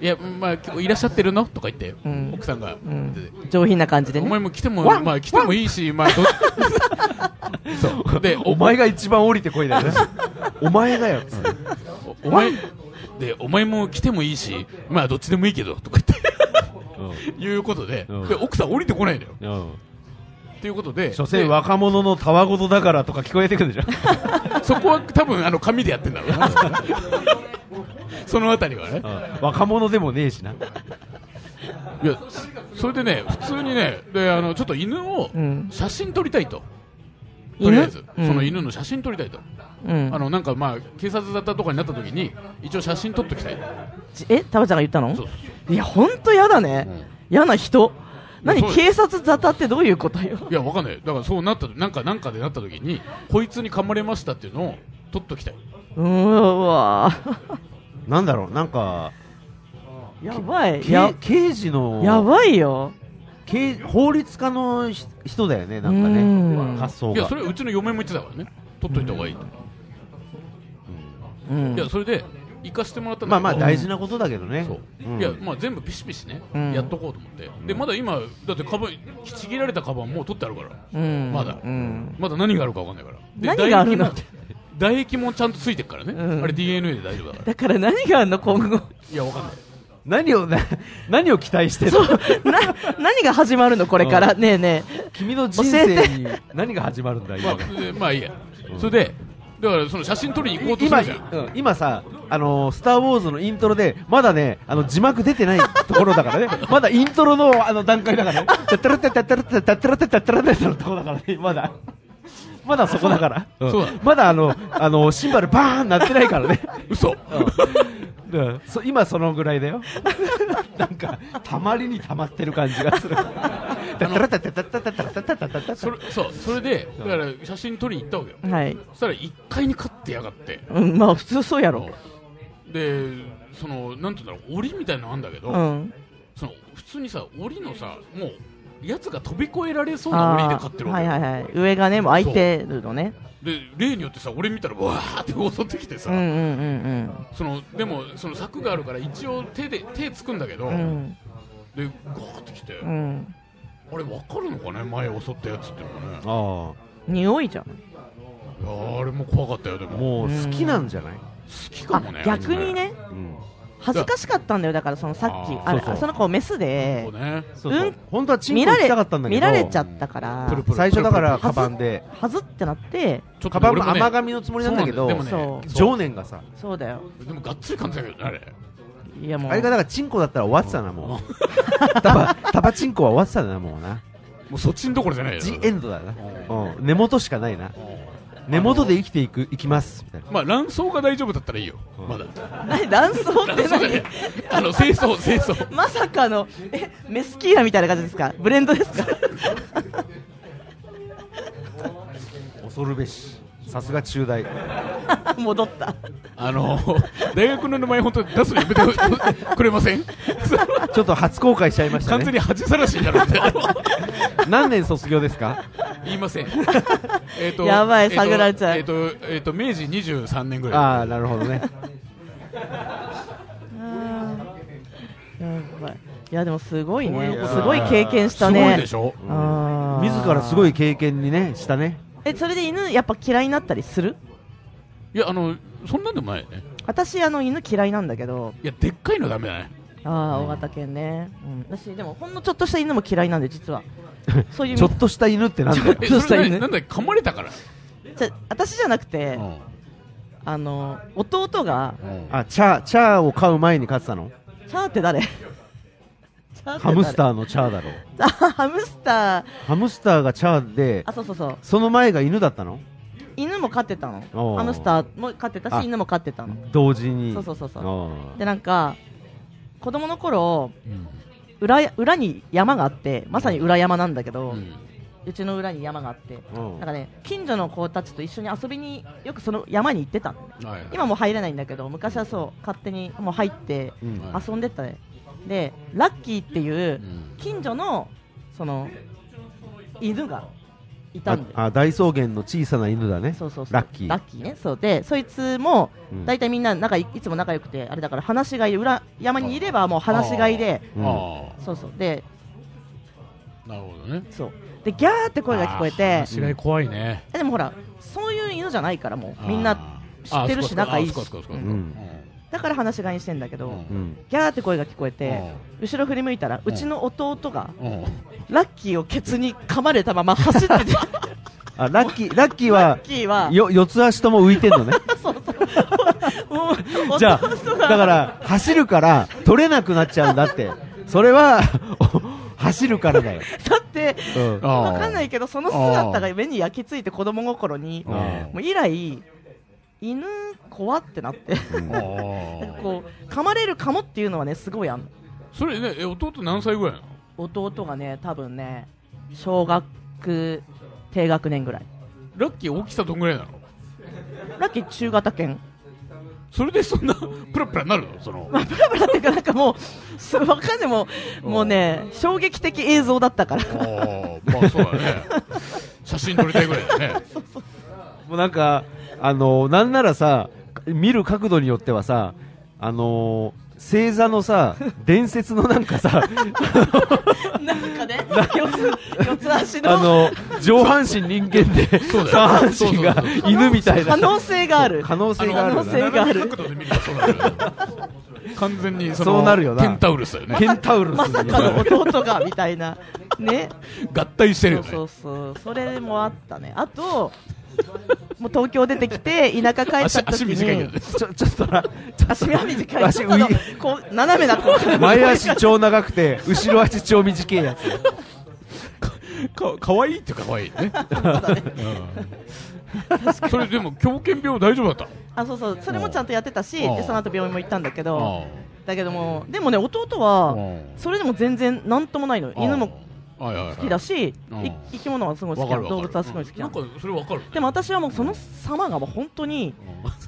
Speaker 3: いや、まあ、今日いらっしゃってるのとか言って、
Speaker 1: ん
Speaker 3: 奥さんが、で
Speaker 1: 上品な感じで
Speaker 3: お
Speaker 1: ね。
Speaker 3: 前も来ても、
Speaker 2: わん
Speaker 3: まあ、来てもいいし、まあ、どそうで
Speaker 2: お前が一番降りてこいだよね。お前だよ。
Speaker 3: おお前でお前も来てもいいし、まあどっちでもいいけどとか言って、いうことで,、
Speaker 2: うん
Speaker 3: で、奥さん降りてこないのよ。
Speaker 2: うん。
Speaker 3: ということで、
Speaker 2: 所詮
Speaker 3: で
Speaker 2: 若者のたわごとだからとか聞こえてくるでしょ。
Speaker 3: そこは多分あの紙でやってんだろうな、 (laughs) そのあたりはね、
Speaker 2: 若者でもねえしな。
Speaker 3: いや、それでね、普通にね、であのちょっと犬を
Speaker 1: うん
Speaker 3: 写真撮りたいと、
Speaker 1: 犬
Speaker 3: とりあえず、
Speaker 1: うん
Speaker 3: その犬の写真撮りたいと、
Speaker 1: うん
Speaker 3: あ。のなんかまあ警察だったとかになった時に、一応写真撮っときたい、
Speaker 1: ちえ、タバちゃんが言ったの
Speaker 3: そう
Speaker 1: いや、本当やだね。嫌な人。何
Speaker 3: そう
Speaker 1: 警察沙汰ってどういうこと
Speaker 3: (laughs)
Speaker 1: よ。
Speaker 3: いや、わかんない、だからそうなった、なんかなんかでなった時に、こいつに噛まれましたっていうのを撮っときたい。
Speaker 1: うーわー
Speaker 2: なんだろう、なんか、
Speaker 1: やばい。や
Speaker 2: け、刑事の、
Speaker 1: やばいよ。
Speaker 2: 刑法律家のひ人だよね、なんか
Speaker 1: うん
Speaker 2: ね。発想
Speaker 3: いや
Speaker 2: が
Speaker 3: そ。れはうちの嫁も言ってたからね取っといた方がいいと、
Speaker 1: うん
Speaker 3: い。やそれで行かしてもらったん
Speaker 2: ま
Speaker 3: だ
Speaker 2: あ
Speaker 3: けど
Speaker 2: まあ大事なことだけどね
Speaker 3: そう。
Speaker 2: うん
Speaker 3: いやまあ全部ピシピシね、
Speaker 1: うん
Speaker 3: やっとこうと思ってでまだ今だってカバンちぎられたカバンもう取ってあるから
Speaker 1: うん。
Speaker 3: まだ
Speaker 1: うん。
Speaker 3: まだ何があるかわかんないからで
Speaker 1: 何があるの
Speaker 3: 唾液も唾液もちゃんとついてるからね、
Speaker 1: うん
Speaker 3: あれ DNA で大丈夫だから
Speaker 1: だから何があんの、今
Speaker 3: (laughs)
Speaker 1: 後。
Speaker 3: いやわかんない
Speaker 2: 何を、な何を期待してる
Speaker 1: そう。な、何が始まるの、これから。ねえね
Speaker 2: 君の人生に何が始まるんだ、
Speaker 3: ま
Speaker 2: 今。
Speaker 3: あでまあいいや、それでだからその写真撮りに行こうとす
Speaker 2: 今
Speaker 3: るじゃん
Speaker 2: うん今さ、あのースター・ウォーズのイントロで、まだね、あの字幕出てないところだからね、まだイントロのあの段階だからね、タッタラッタッタッタラッタッタッタラッタッタッタラッタッタのところだからね、まだ、まだそこだから、
Speaker 3: そうそうだ
Speaker 2: んまだあの、あのシンバルバーン鳴ってないからね、
Speaker 3: 嘘、
Speaker 2: うんそ今そのぐらいだよ、なんか、たまりにたまってる感じがする。タッタラッタッタッタッタッタッタッタッタッタッタッ
Speaker 3: それそうそれでだから写真撮りに行ったわけよ
Speaker 1: え。はい。
Speaker 3: そしたら1階に勝ってやがって
Speaker 1: うん、まあ、普通そうやろ。
Speaker 3: でそのなんていうんだろう檻みたいなのあんだけど、
Speaker 1: うん。
Speaker 3: その普通にさ檻のさもうやつが飛び越えられそうな檻で買ってるわ
Speaker 1: は
Speaker 3: け
Speaker 1: い
Speaker 3: よ、
Speaker 1: はいはい上がねもう開いてるのね
Speaker 3: で例によってさ俺見たらわーって襲ってきてさ、
Speaker 1: うんうんうん
Speaker 3: そのでもその柵があるから一応手で手つくんだけど、
Speaker 1: うんうん
Speaker 3: でガーってきて、
Speaker 1: うん
Speaker 3: あれ分かるのかね前襲ったやつっていうのがね
Speaker 2: あ
Speaker 1: 匂いじゃん
Speaker 3: いやーあれも怖かったよで
Speaker 2: あ
Speaker 3: も好
Speaker 2: もう好きなんじゃない、
Speaker 3: きか
Speaker 1: あ
Speaker 3: もね
Speaker 1: 逆にね
Speaker 2: うん
Speaker 1: 恥ずかしかったんだよだからそのさっき
Speaker 3: あ
Speaker 1: あ
Speaker 2: そう
Speaker 1: れ
Speaker 2: そう
Speaker 1: あその子メス
Speaker 3: あ
Speaker 1: で
Speaker 3: れもね
Speaker 2: そうそう
Speaker 1: うん
Speaker 2: 本当はチンコ
Speaker 1: 見
Speaker 2: 行
Speaker 1: ら
Speaker 2: き
Speaker 1: れ
Speaker 2: たかったんだけ
Speaker 1: 見
Speaker 2: ど
Speaker 1: られちゃったから
Speaker 3: プルプル
Speaker 2: 最初だから
Speaker 1: プルプ
Speaker 2: カ
Speaker 1: ル
Speaker 2: バンで
Speaker 1: はずってなって
Speaker 3: ちょっ
Speaker 2: カ
Speaker 3: と
Speaker 2: バ
Speaker 3: ね
Speaker 2: ン
Speaker 3: 俺
Speaker 2: も
Speaker 3: もね
Speaker 2: 甘噛みのつもりなんだけど、
Speaker 3: そうなんだよでもね
Speaker 1: そ
Speaker 2: 情念がさ
Speaker 1: そうだよ
Speaker 3: でもがっつり感じたけどねあれ
Speaker 1: いやもう
Speaker 2: あれがだからチンコだったら終わってたなもうタバタバチンコは終わってたなもうな
Speaker 3: もうそっちのところじゃないよ
Speaker 2: ジエンドだな、
Speaker 3: うん
Speaker 2: うん、根元しかないな根元で生きていく生きますみたいな
Speaker 3: まあ卵巣が大丈夫だったらいいよまだ
Speaker 1: (laughs) 何卵巣っ
Speaker 3: 卵
Speaker 1: て
Speaker 3: 巣じゃね
Speaker 1: 何
Speaker 3: えあの清掃清掃
Speaker 1: まさかのえメスキーラみたいな感じですかブレンドですか
Speaker 2: (laughs) 恐るべしさすが中大
Speaker 1: 戻った
Speaker 3: あの大学の名前本当に出すのやめてくれません
Speaker 1: (laughs)
Speaker 2: ちょっと初公開しちゃいました
Speaker 3: 完全
Speaker 2: ね
Speaker 3: に恥さらしになるん
Speaker 1: (laughs)
Speaker 3: であの
Speaker 2: 何年卒業ですか
Speaker 3: 言いませんえー
Speaker 1: (laughs)
Speaker 3: と
Speaker 1: やばい
Speaker 3: えーと
Speaker 1: 探られちゃう
Speaker 3: えっ、と,、えーと明治23年ぐらい
Speaker 2: ああなるほどね
Speaker 1: あーやばいいやでもすごいね
Speaker 2: いやー
Speaker 1: すごい経験したね
Speaker 3: すごいでしょ
Speaker 1: あー
Speaker 2: 自らすごい経験にねしたね
Speaker 1: えそれで犬やっぱ嫌いになったりする
Speaker 3: いやあのそんなんでもないよね
Speaker 1: 私あの犬嫌いなんだけど
Speaker 3: いやでっかいのダメだね
Speaker 1: ああ大型犬ね、うん、私でもほんのちょっとした犬も嫌いなんで
Speaker 2: (laughs)
Speaker 1: 実はそういう
Speaker 2: ちょっとした犬ってなんだ
Speaker 1: (laughs)
Speaker 2: よ
Speaker 3: え
Speaker 1: (laughs) どうし
Speaker 3: そ
Speaker 1: たら
Speaker 3: れ
Speaker 1: いいの
Speaker 3: ななんだっけ噛まれたから、
Speaker 1: じゃ私じゃなくて、
Speaker 3: うん
Speaker 1: あの弟が
Speaker 3: うん
Speaker 2: あチャーチャーを飼う前に飼ってたの
Speaker 1: チャーって
Speaker 2: (laughs)
Speaker 1: 誰チャーって誰
Speaker 2: ハムスターのチャーだろう
Speaker 1: あ (laughs) ハムスター
Speaker 2: ハムスターがチャーで
Speaker 1: あそうそうそう
Speaker 2: その前が犬だったの
Speaker 1: 犬も飼ってた
Speaker 2: お
Speaker 1: の
Speaker 2: ー
Speaker 1: ハムスターも飼ってた
Speaker 2: あ
Speaker 1: し犬も飼ってたの
Speaker 2: 同時に
Speaker 1: そうそうそうそう
Speaker 2: あ
Speaker 1: でなんか子供の頃
Speaker 3: うん
Speaker 1: 裏裏に山があってまさに裏山なんだけど、
Speaker 3: う
Speaker 1: うんちの裏に山があって
Speaker 2: あうん
Speaker 1: なんかね近所の子たちと一緒に遊びによくその山に行ってたのね
Speaker 3: はい
Speaker 1: 今もう入れないんだけど昔はそう勝手にもう入って
Speaker 2: うん
Speaker 3: はい
Speaker 1: 遊んでたねでラッキーっていう
Speaker 3: うん
Speaker 1: 近所のその犬がいた
Speaker 2: あ
Speaker 1: んだよ
Speaker 2: あ大草原の小さな犬だね
Speaker 1: そうそうそう
Speaker 2: ラッキー
Speaker 1: ラッキーねそうでそいつも
Speaker 2: うん
Speaker 1: 大体みんな仲いいつも仲良くてあれだから話し飼いで裏山にいればもう話し飼いで
Speaker 2: うん
Speaker 3: あ
Speaker 1: そうそうで
Speaker 3: あなるほどね
Speaker 1: そうでギャーって声が聞こえ
Speaker 3: あー
Speaker 1: て
Speaker 3: 話し合い怖いね、
Speaker 1: えでもほらそういう犬じゃないからも
Speaker 3: あ
Speaker 1: う
Speaker 3: ー
Speaker 1: みんな知ってるし仲いいし
Speaker 3: あそこあそこあそこ
Speaker 1: う
Speaker 3: あそこあそこ
Speaker 1: ん
Speaker 2: うん
Speaker 1: だから話し飼いにしてんだけど、
Speaker 3: うん
Speaker 2: うん
Speaker 1: ギャーって声が聞こえて後ろ振り向いたらうちの弟が
Speaker 3: うんうん
Speaker 1: ラッキーをケツに噛まれたまま
Speaker 2: (laughs)
Speaker 1: 走っててラ
Speaker 2: あラッキーラッキーは
Speaker 1: ッキーは
Speaker 2: よ四つ足とも浮いて
Speaker 1: (laughs)
Speaker 2: んのね
Speaker 1: そうそうもう
Speaker 2: じゃあ
Speaker 1: 弟
Speaker 2: だ
Speaker 1: が
Speaker 2: から走るから取れなくなっちゃうんだってそれは (laughs) 走るからだよ、
Speaker 1: だって
Speaker 2: うん
Speaker 3: あー
Speaker 1: わかんないけどその姿が目に焼き付いて子供心に
Speaker 2: あー
Speaker 1: もう以来犬怖ってなって
Speaker 3: あー
Speaker 1: なんかこう噛まれるかもっていうのはねすごいあんの
Speaker 3: それねえ弟何歳ぐらいなの
Speaker 1: 弟がね多分ね小学低学年ぐらい
Speaker 3: ラッキー大きさどんぐらいなの
Speaker 1: ラッキー中型犬
Speaker 3: それでそんなプラプラなるのその
Speaker 1: プラプラっていうかなんかもうすわかんないもうもうね衝撃的映像だったから
Speaker 3: ああまあそうだね写真撮りたいぐらいだね
Speaker 2: もうなんか、あのなんならさ、見る角度によってはさ、あの星座
Speaker 1: (laughs)
Speaker 2: のさ、伝説のなんかさ、
Speaker 1: なんか
Speaker 3: (laughs)
Speaker 1: ね四つ四つ足
Speaker 2: あ
Speaker 1: の
Speaker 2: の上半身人間で、
Speaker 3: そうだよ
Speaker 2: 下半身が
Speaker 3: そうそうそう
Speaker 2: 犬みたいな
Speaker 1: 可能性がある
Speaker 2: 可能性がある
Speaker 1: 可能性がある
Speaker 3: 斜め角度で見るとそうなるよね完全にその
Speaker 2: そうなるよな
Speaker 3: ケンタウルスだよね
Speaker 2: ケンタウルス
Speaker 1: ま
Speaker 2: みた
Speaker 1: さ
Speaker 2: い
Speaker 1: か
Speaker 2: な
Speaker 1: の弟がみたい
Speaker 3: (laughs)
Speaker 1: なね
Speaker 3: 合体してる
Speaker 1: そう
Speaker 3: よね
Speaker 1: そうそうそれもあったねあともう東京出てきて田舎帰った
Speaker 3: 足
Speaker 1: 時
Speaker 3: 足
Speaker 1: に
Speaker 3: 短いけどね
Speaker 2: ちょちょっとなちょっと
Speaker 1: 足が短い
Speaker 2: 足
Speaker 1: ちょっとあのこう斜めなこう
Speaker 2: 前足超長くて後ろ足超短いやつ
Speaker 3: かかわいいってかわいいね
Speaker 1: だね
Speaker 3: うんそれでも狂犬病大丈夫だった
Speaker 1: あそうそうそれもちゃんとやってたし
Speaker 3: うん
Speaker 1: でその後病院も行ったんだけど
Speaker 3: あ
Speaker 1: だけどもでもね弟
Speaker 3: あ
Speaker 1: は
Speaker 3: うん
Speaker 1: それでも全然なんともないのよ犬も
Speaker 3: はいはいはい
Speaker 1: 好きだしい
Speaker 3: うん
Speaker 1: 生き物はすごい好
Speaker 3: わ
Speaker 1: き
Speaker 3: か
Speaker 1: な
Speaker 3: る
Speaker 1: の動物はすごい好きな
Speaker 3: な
Speaker 1: の
Speaker 3: んかそれわかるね
Speaker 1: でも私はもうその様がもう本当に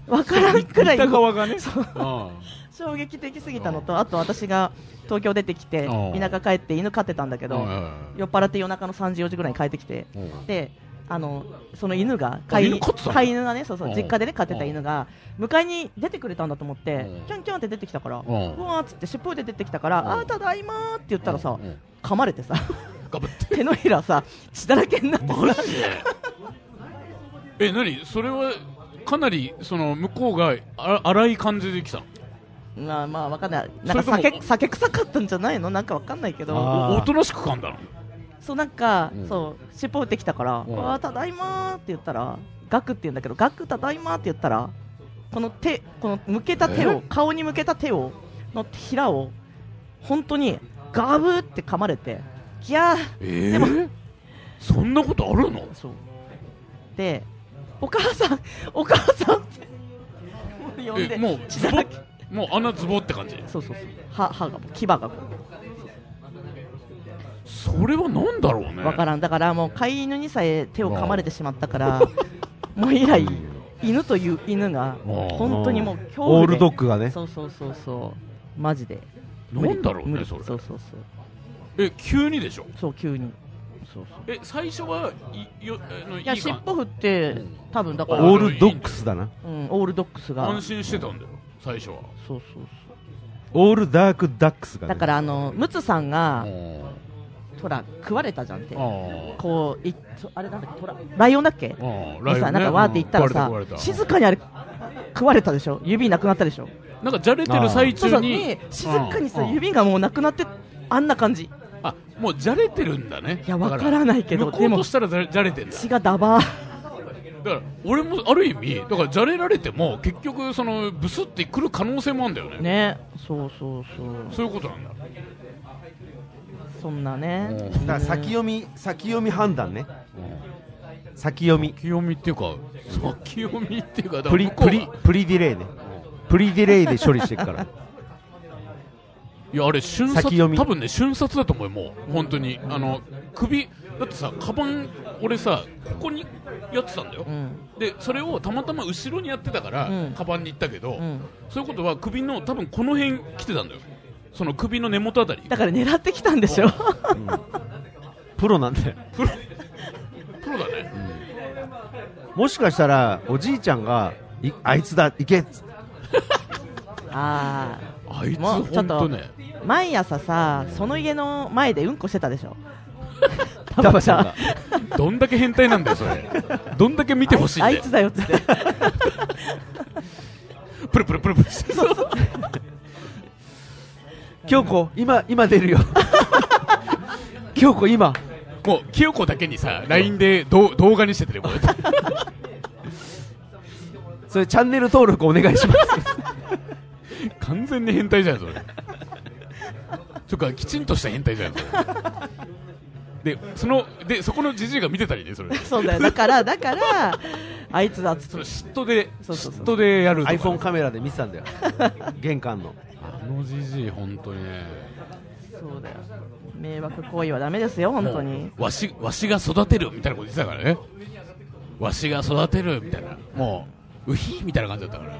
Speaker 3: うん
Speaker 1: わからんくらい
Speaker 3: 見た側がねああ
Speaker 1: 衝撃的すぎたのと、あと私が東京出てきて
Speaker 3: うん、
Speaker 1: 田舎帰って犬飼ってたんだけど、
Speaker 3: はい
Speaker 1: 酔っ払って夜中の3時、4時ぐらいに帰ってきて、
Speaker 3: うん
Speaker 1: で、あのその犬が
Speaker 3: あ
Speaker 1: 飼い
Speaker 3: 犬飼ってたの
Speaker 1: 飼い犬がねそうそう
Speaker 3: うん
Speaker 1: 実家でね飼ってた犬が迎えに出てくれたんだと思って
Speaker 3: うん
Speaker 1: キャンキャンって出てきたからうわ
Speaker 3: ん
Speaker 1: ーっつって尻尾で出てきたから
Speaker 3: うん
Speaker 1: あーただいまーって言ったらさ
Speaker 3: うんうん
Speaker 1: 噛まれてさ (laughs)
Speaker 3: 頑張って
Speaker 1: 手のひらさ血だらけになって
Speaker 3: マジでえ何それはかなりその向こうがあ荒い感じで来たの
Speaker 1: まあまあわかんないなんか
Speaker 3: それと
Speaker 1: 酒
Speaker 3: も
Speaker 1: 酒臭かったんじゃないのなんかわかんないけ
Speaker 2: あ
Speaker 1: ど
Speaker 2: ー
Speaker 3: おおとなしく噛んだの
Speaker 1: そうなんか
Speaker 3: うん
Speaker 1: そう尻尾打ってきたからあ
Speaker 3: ん
Speaker 1: ーただいまーって言ったらガクって言うんだけどガクただいまーって言ったらこの手この向けた手を顔に向けた手をのひらを本当にガブって噛まれてギャー
Speaker 3: え
Speaker 1: で
Speaker 3: ー、そんなことあるの
Speaker 1: そうでお母さんお母さんってもう呼ん
Speaker 3: え
Speaker 1: で
Speaker 3: もう
Speaker 1: 血
Speaker 3: ズ
Speaker 1: だ
Speaker 3: ボ
Speaker 1: ら
Speaker 3: ッ
Speaker 1: け
Speaker 3: もう穴ズボって感じ
Speaker 1: そうそうそう歯歯がもう牙がこう
Speaker 3: それはなんだろうね
Speaker 1: わからんだからもう飼い犬にさえ手を噛まれてしまったからもう以来犬という犬が本当にもう恐怖で
Speaker 2: オールドッグがね
Speaker 1: そうそうそうそうマジで
Speaker 3: なんだろう
Speaker 1: 無
Speaker 3: ね
Speaker 1: 理
Speaker 3: それ
Speaker 1: そうそうそう
Speaker 3: え急にでしょ
Speaker 1: そう急にそうそう
Speaker 3: え最初はいよあのい
Speaker 1: いや
Speaker 3: い
Speaker 1: 尻
Speaker 3: か
Speaker 1: 尾振って多分だから、
Speaker 2: オールドッグスだな
Speaker 1: うん、オールドックスが
Speaker 3: 安心してたんだよ最初は
Speaker 1: そうそうそ
Speaker 2: オールダークダックスが
Speaker 1: う
Speaker 2: ね
Speaker 1: だからあのムツさんが
Speaker 3: うんあ
Speaker 1: ほら食われたじゃんって
Speaker 3: ー
Speaker 1: こういそあれなんだっけトラライオンだっけ
Speaker 3: あー
Speaker 1: で
Speaker 3: ライブ
Speaker 1: さ
Speaker 3: ね
Speaker 1: なんかわーって言ったらさ
Speaker 3: うん壊れた壊れた
Speaker 1: 静かにあれ食われたでしょ指なくなったでしょ
Speaker 3: なんかじゃれてる最
Speaker 1: そうそ
Speaker 3: 中
Speaker 1: う
Speaker 3: に
Speaker 1: に静かにさ
Speaker 3: うんうん
Speaker 1: 指がもうなくなってあんな感じ
Speaker 3: あもうじゃれてるんだね
Speaker 1: いやわからないけど
Speaker 3: 向こうとしたらじゃれじゃれてんだ
Speaker 1: 血がダバー
Speaker 3: だから俺もある意味だからじゃれられても結局そのブスってくる可能性もあるんだよね
Speaker 1: (laughs) ねそうそうそう
Speaker 3: そういうことなんだ
Speaker 1: そんなね
Speaker 3: うん
Speaker 2: だから先読み先読み判断ね先読み
Speaker 3: 清みっていうかそう清みっていうかだから
Speaker 2: プリ
Speaker 3: 向こ
Speaker 2: プ
Speaker 3: うが
Speaker 2: リプリディレイねプリディレイで処理していくから
Speaker 1: (laughs)
Speaker 3: いやあれ瞬殺
Speaker 2: 先読み
Speaker 3: 多分ね瞬殺だと思うよもう本当にあの首だってさカバン俺さここにやってたんだよ、
Speaker 1: うん
Speaker 3: でそれをたまたま後ろにやってたから、
Speaker 1: うん
Speaker 3: カバンに行ったけど、
Speaker 1: うん
Speaker 3: そういうことは首の多分この辺来てたんだよその首の根元あたり
Speaker 1: だから狙ってきたんでしょ
Speaker 2: プロなんだよ
Speaker 3: プロプロだね、
Speaker 2: もしかしたらおじいちゃんがいあいつだ行けっつって
Speaker 1: (laughs) ああ
Speaker 3: あいつ
Speaker 1: もうちょ
Speaker 3: 本
Speaker 1: っ
Speaker 3: 当
Speaker 1: と
Speaker 3: ね
Speaker 1: 毎朝さその家の前でうんこしてたでしょ
Speaker 2: タバちゃんが
Speaker 3: どんだけ変態なんだよ
Speaker 1: (laughs)
Speaker 3: それどんだけ見てほしいん
Speaker 1: あ
Speaker 3: だ
Speaker 1: い
Speaker 3: よ
Speaker 1: つだよっ (laughs) つって
Speaker 3: プルプルプルプルしてそう
Speaker 2: 京子今今出
Speaker 1: (laughs)
Speaker 2: るよ京子今
Speaker 3: こう清子だけにさ LINE でどう動画にしててねこうやって
Speaker 2: それチャンネル登録お願いします (laughs)
Speaker 3: 完全に変態じゃんそれとかきちんとした変態じゃんそれでそのでそこのじじいが見てたりねそれ
Speaker 1: そうだよだからだからあいつだっつ
Speaker 3: そ
Speaker 1: って
Speaker 3: の嫉妬で
Speaker 1: そうそうそう
Speaker 3: 嫉妬でやるとか
Speaker 2: iPhone カメラで見てたんだよ玄関の
Speaker 3: あのじじい本当にね
Speaker 1: そうだよ迷惑行為はダメですよ本当に
Speaker 3: もうわしわしが育てるみたいなこと言ってたからねわしが育てるみたいなもううひーみたいな感じだったから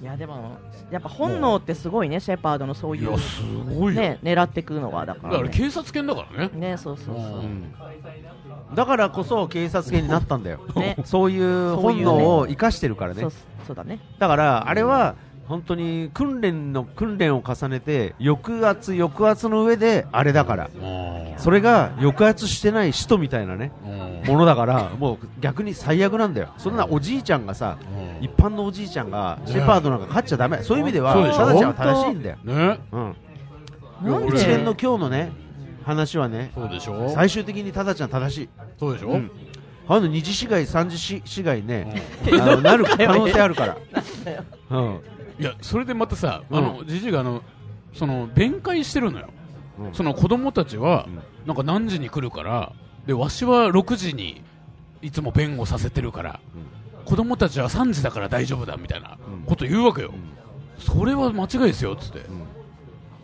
Speaker 1: いやでもやっぱ本能ってすごいねシェパードのそう
Speaker 3: い
Speaker 1: いう
Speaker 3: やすごいよ、
Speaker 1: ね狙ってくのはだか
Speaker 3: だからら
Speaker 1: ね
Speaker 3: 警察犬だからね
Speaker 1: ねそうそうそう
Speaker 2: だからこそ警察犬になったんだよ、
Speaker 1: ね
Speaker 2: そういう
Speaker 1: そうい
Speaker 2: 本
Speaker 1: うね
Speaker 2: 能を生かしてるからね
Speaker 1: そうそうだね
Speaker 2: だからあれは本当に訓練の訓練を重ねて抑圧抑圧の上であれだから
Speaker 3: うん
Speaker 2: それが抑圧してない使徒みたいなね
Speaker 3: うん
Speaker 2: ものだから (laughs) もう逆に最悪なんだよそんなおじいちゃんがさ
Speaker 3: うん
Speaker 2: 一般のおじいちゃんがシェパードなんか勝っちゃダメそういう意味では
Speaker 3: そうでしょ
Speaker 2: サダちゃんは正しいんだよ、
Speaker 3: ね
Speaker 2: うん、
Speaker 1: なん
Speaker 3: 俺
Speaker 2: 一連
Speaker 1: で
Speaker 2: の今日のね話はね
Speaker 3: そうでしょ
Speaker 2: 最終的にタダちゃん正しい
Speaker 3: そうでしょ、
Speaker 2: うんあの二次市街、三次市市街ね、
Speaker 1: うん
Speaker 2: あのなる可能性ある
Speaker 3: (laughs)
Speaker 2: から、うん
Speaker 3: いやそれでまたさ、
Speaker 2: うん
Speaker 3: あのじじいがあのその弁解してるのよ、
Speaker 2: うん
Speaker 3: その子供たちは、
Speaker 2: うん
Speaker 3: なんか何時に来るからでわしは6時にいつも弁護させてるから、子供たちは3時だから大丈夫だみたいな
Speaker 2: うん
Speaker 3: こと言うわけよ、
Speaker 2: ん
Speaker 3: それは間違いですよっつって、
Speaker 2: ん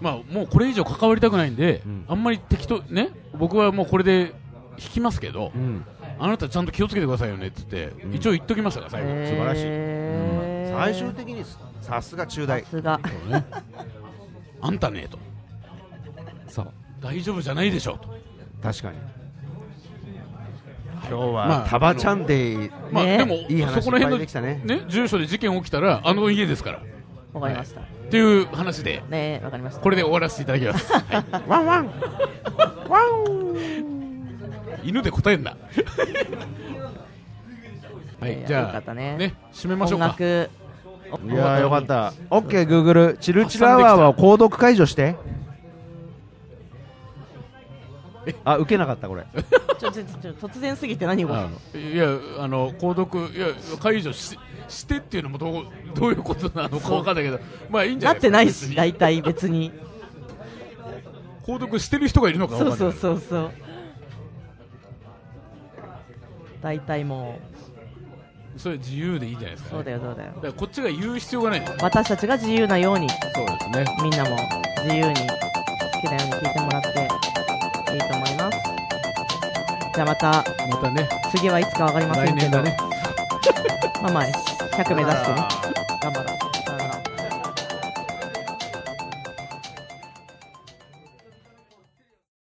Speaker 3: まあもうこれ以上関わりたくないんで、
Speaker 2: うん
Speaker 3: あんまり適当ね僕はもうこれで引きますけど、
Speaker 2: うん
Speaker 3: あなたちゃんと気をつけてくださいよねっつって、一応言っときましたから最後、
Speaker 2: 素晴らしい
Speaker 1: い
Speaker 2: 最終的に
Speaker 4: さすが中
Speaker 1: さ
Speaker 4: 大
Speaker 1: すが
Speaker 3: そうねあんたねと
Speaker 2: そう
Speaker 3: 大丈夫じゃないでしょうと
Speaker 2: 確かに
Speaker 4: 今日は、
Speaker 3: まあ
Speaker 4: タバチャンデイ
Speaker 3: まあ
Speaker 1: ね
Speaker 3: でも
Speaker 4: いい話
Speaker 3: そこら
Speaker 4: いっぱい
Speaker 3: 辺
Speaker 4: できたね
Speaker 3: のね住所で事件起きたらあの家ですからっ
Speaker 1: わかりました
Speaker 3: ていう話で
Speaker 1: ねわかりました
Speaker 3: これで終わらせていただき
Speaker 1: (laughs)
Speaker 3: ます、はい
Speaker 4: ワンワンワン
Speaker 3: 犬で答え
Speaker 1: (laughs)
Speaker 3: んなはい
Speaker 1: や
Speaker 3: いじ
Speaker 1: よか
Speaker 3: ゃ
Speaker 1: っ
Speaker 3: あ
Speaker 1: たね
Speaker 3: 締めましょう
Speaker 1: 音
Speaker 3: か
Speaker 1: 楽
Speaker 4: いやーよかっ
Speaker 1: あ
Speaker 4: た OKGoogle チルチルアワーは購読解除して
Speaker 2: あ受けなかったこれ
Speaker 1: ちょちょちょ突然すぎて何を
Speaker 3: あのいやあの購読いや解除ししてっていうのもどうどういうことなのかわかんないけどまあいいんじゃ
Speaker 1: な
Speaker 3: ない
Speaker 1: ってないし
Speaker 3: 別に
Speaker 1: 大体別
Speaker 3: (laughs)
Speaker 1: に
Speaker 3: 購読してる人がいるのかわかん
Speaker 1: そ
Speaker 3: な
Speaker 1: う
Speaker 3: い
Speaker 1: そうそうそう大体も
Speaker 3: それ自由でいいじゃないです
Speaker 1: う
Speaker 3: か、
Speaker 1: そうだよそうだよ
Speaker 3: だからこっちが言う必要がないそう
Speaker 1: 私たちが自由なように
Speaker 3: ですね
Speaker 1: みんなも自由に好きなように聞いてもらっていいと思いますじゃあまた
Speaker 3: またね
Speaker 1: 次はいつかわかりませ
Speaker 3: 来
Speaker 1: んけ
Speaker 3: 年
Speaker 1: ど
Speaker 3: だね
Speaker 1: まあまあ100目指してね
Speaker 4: あー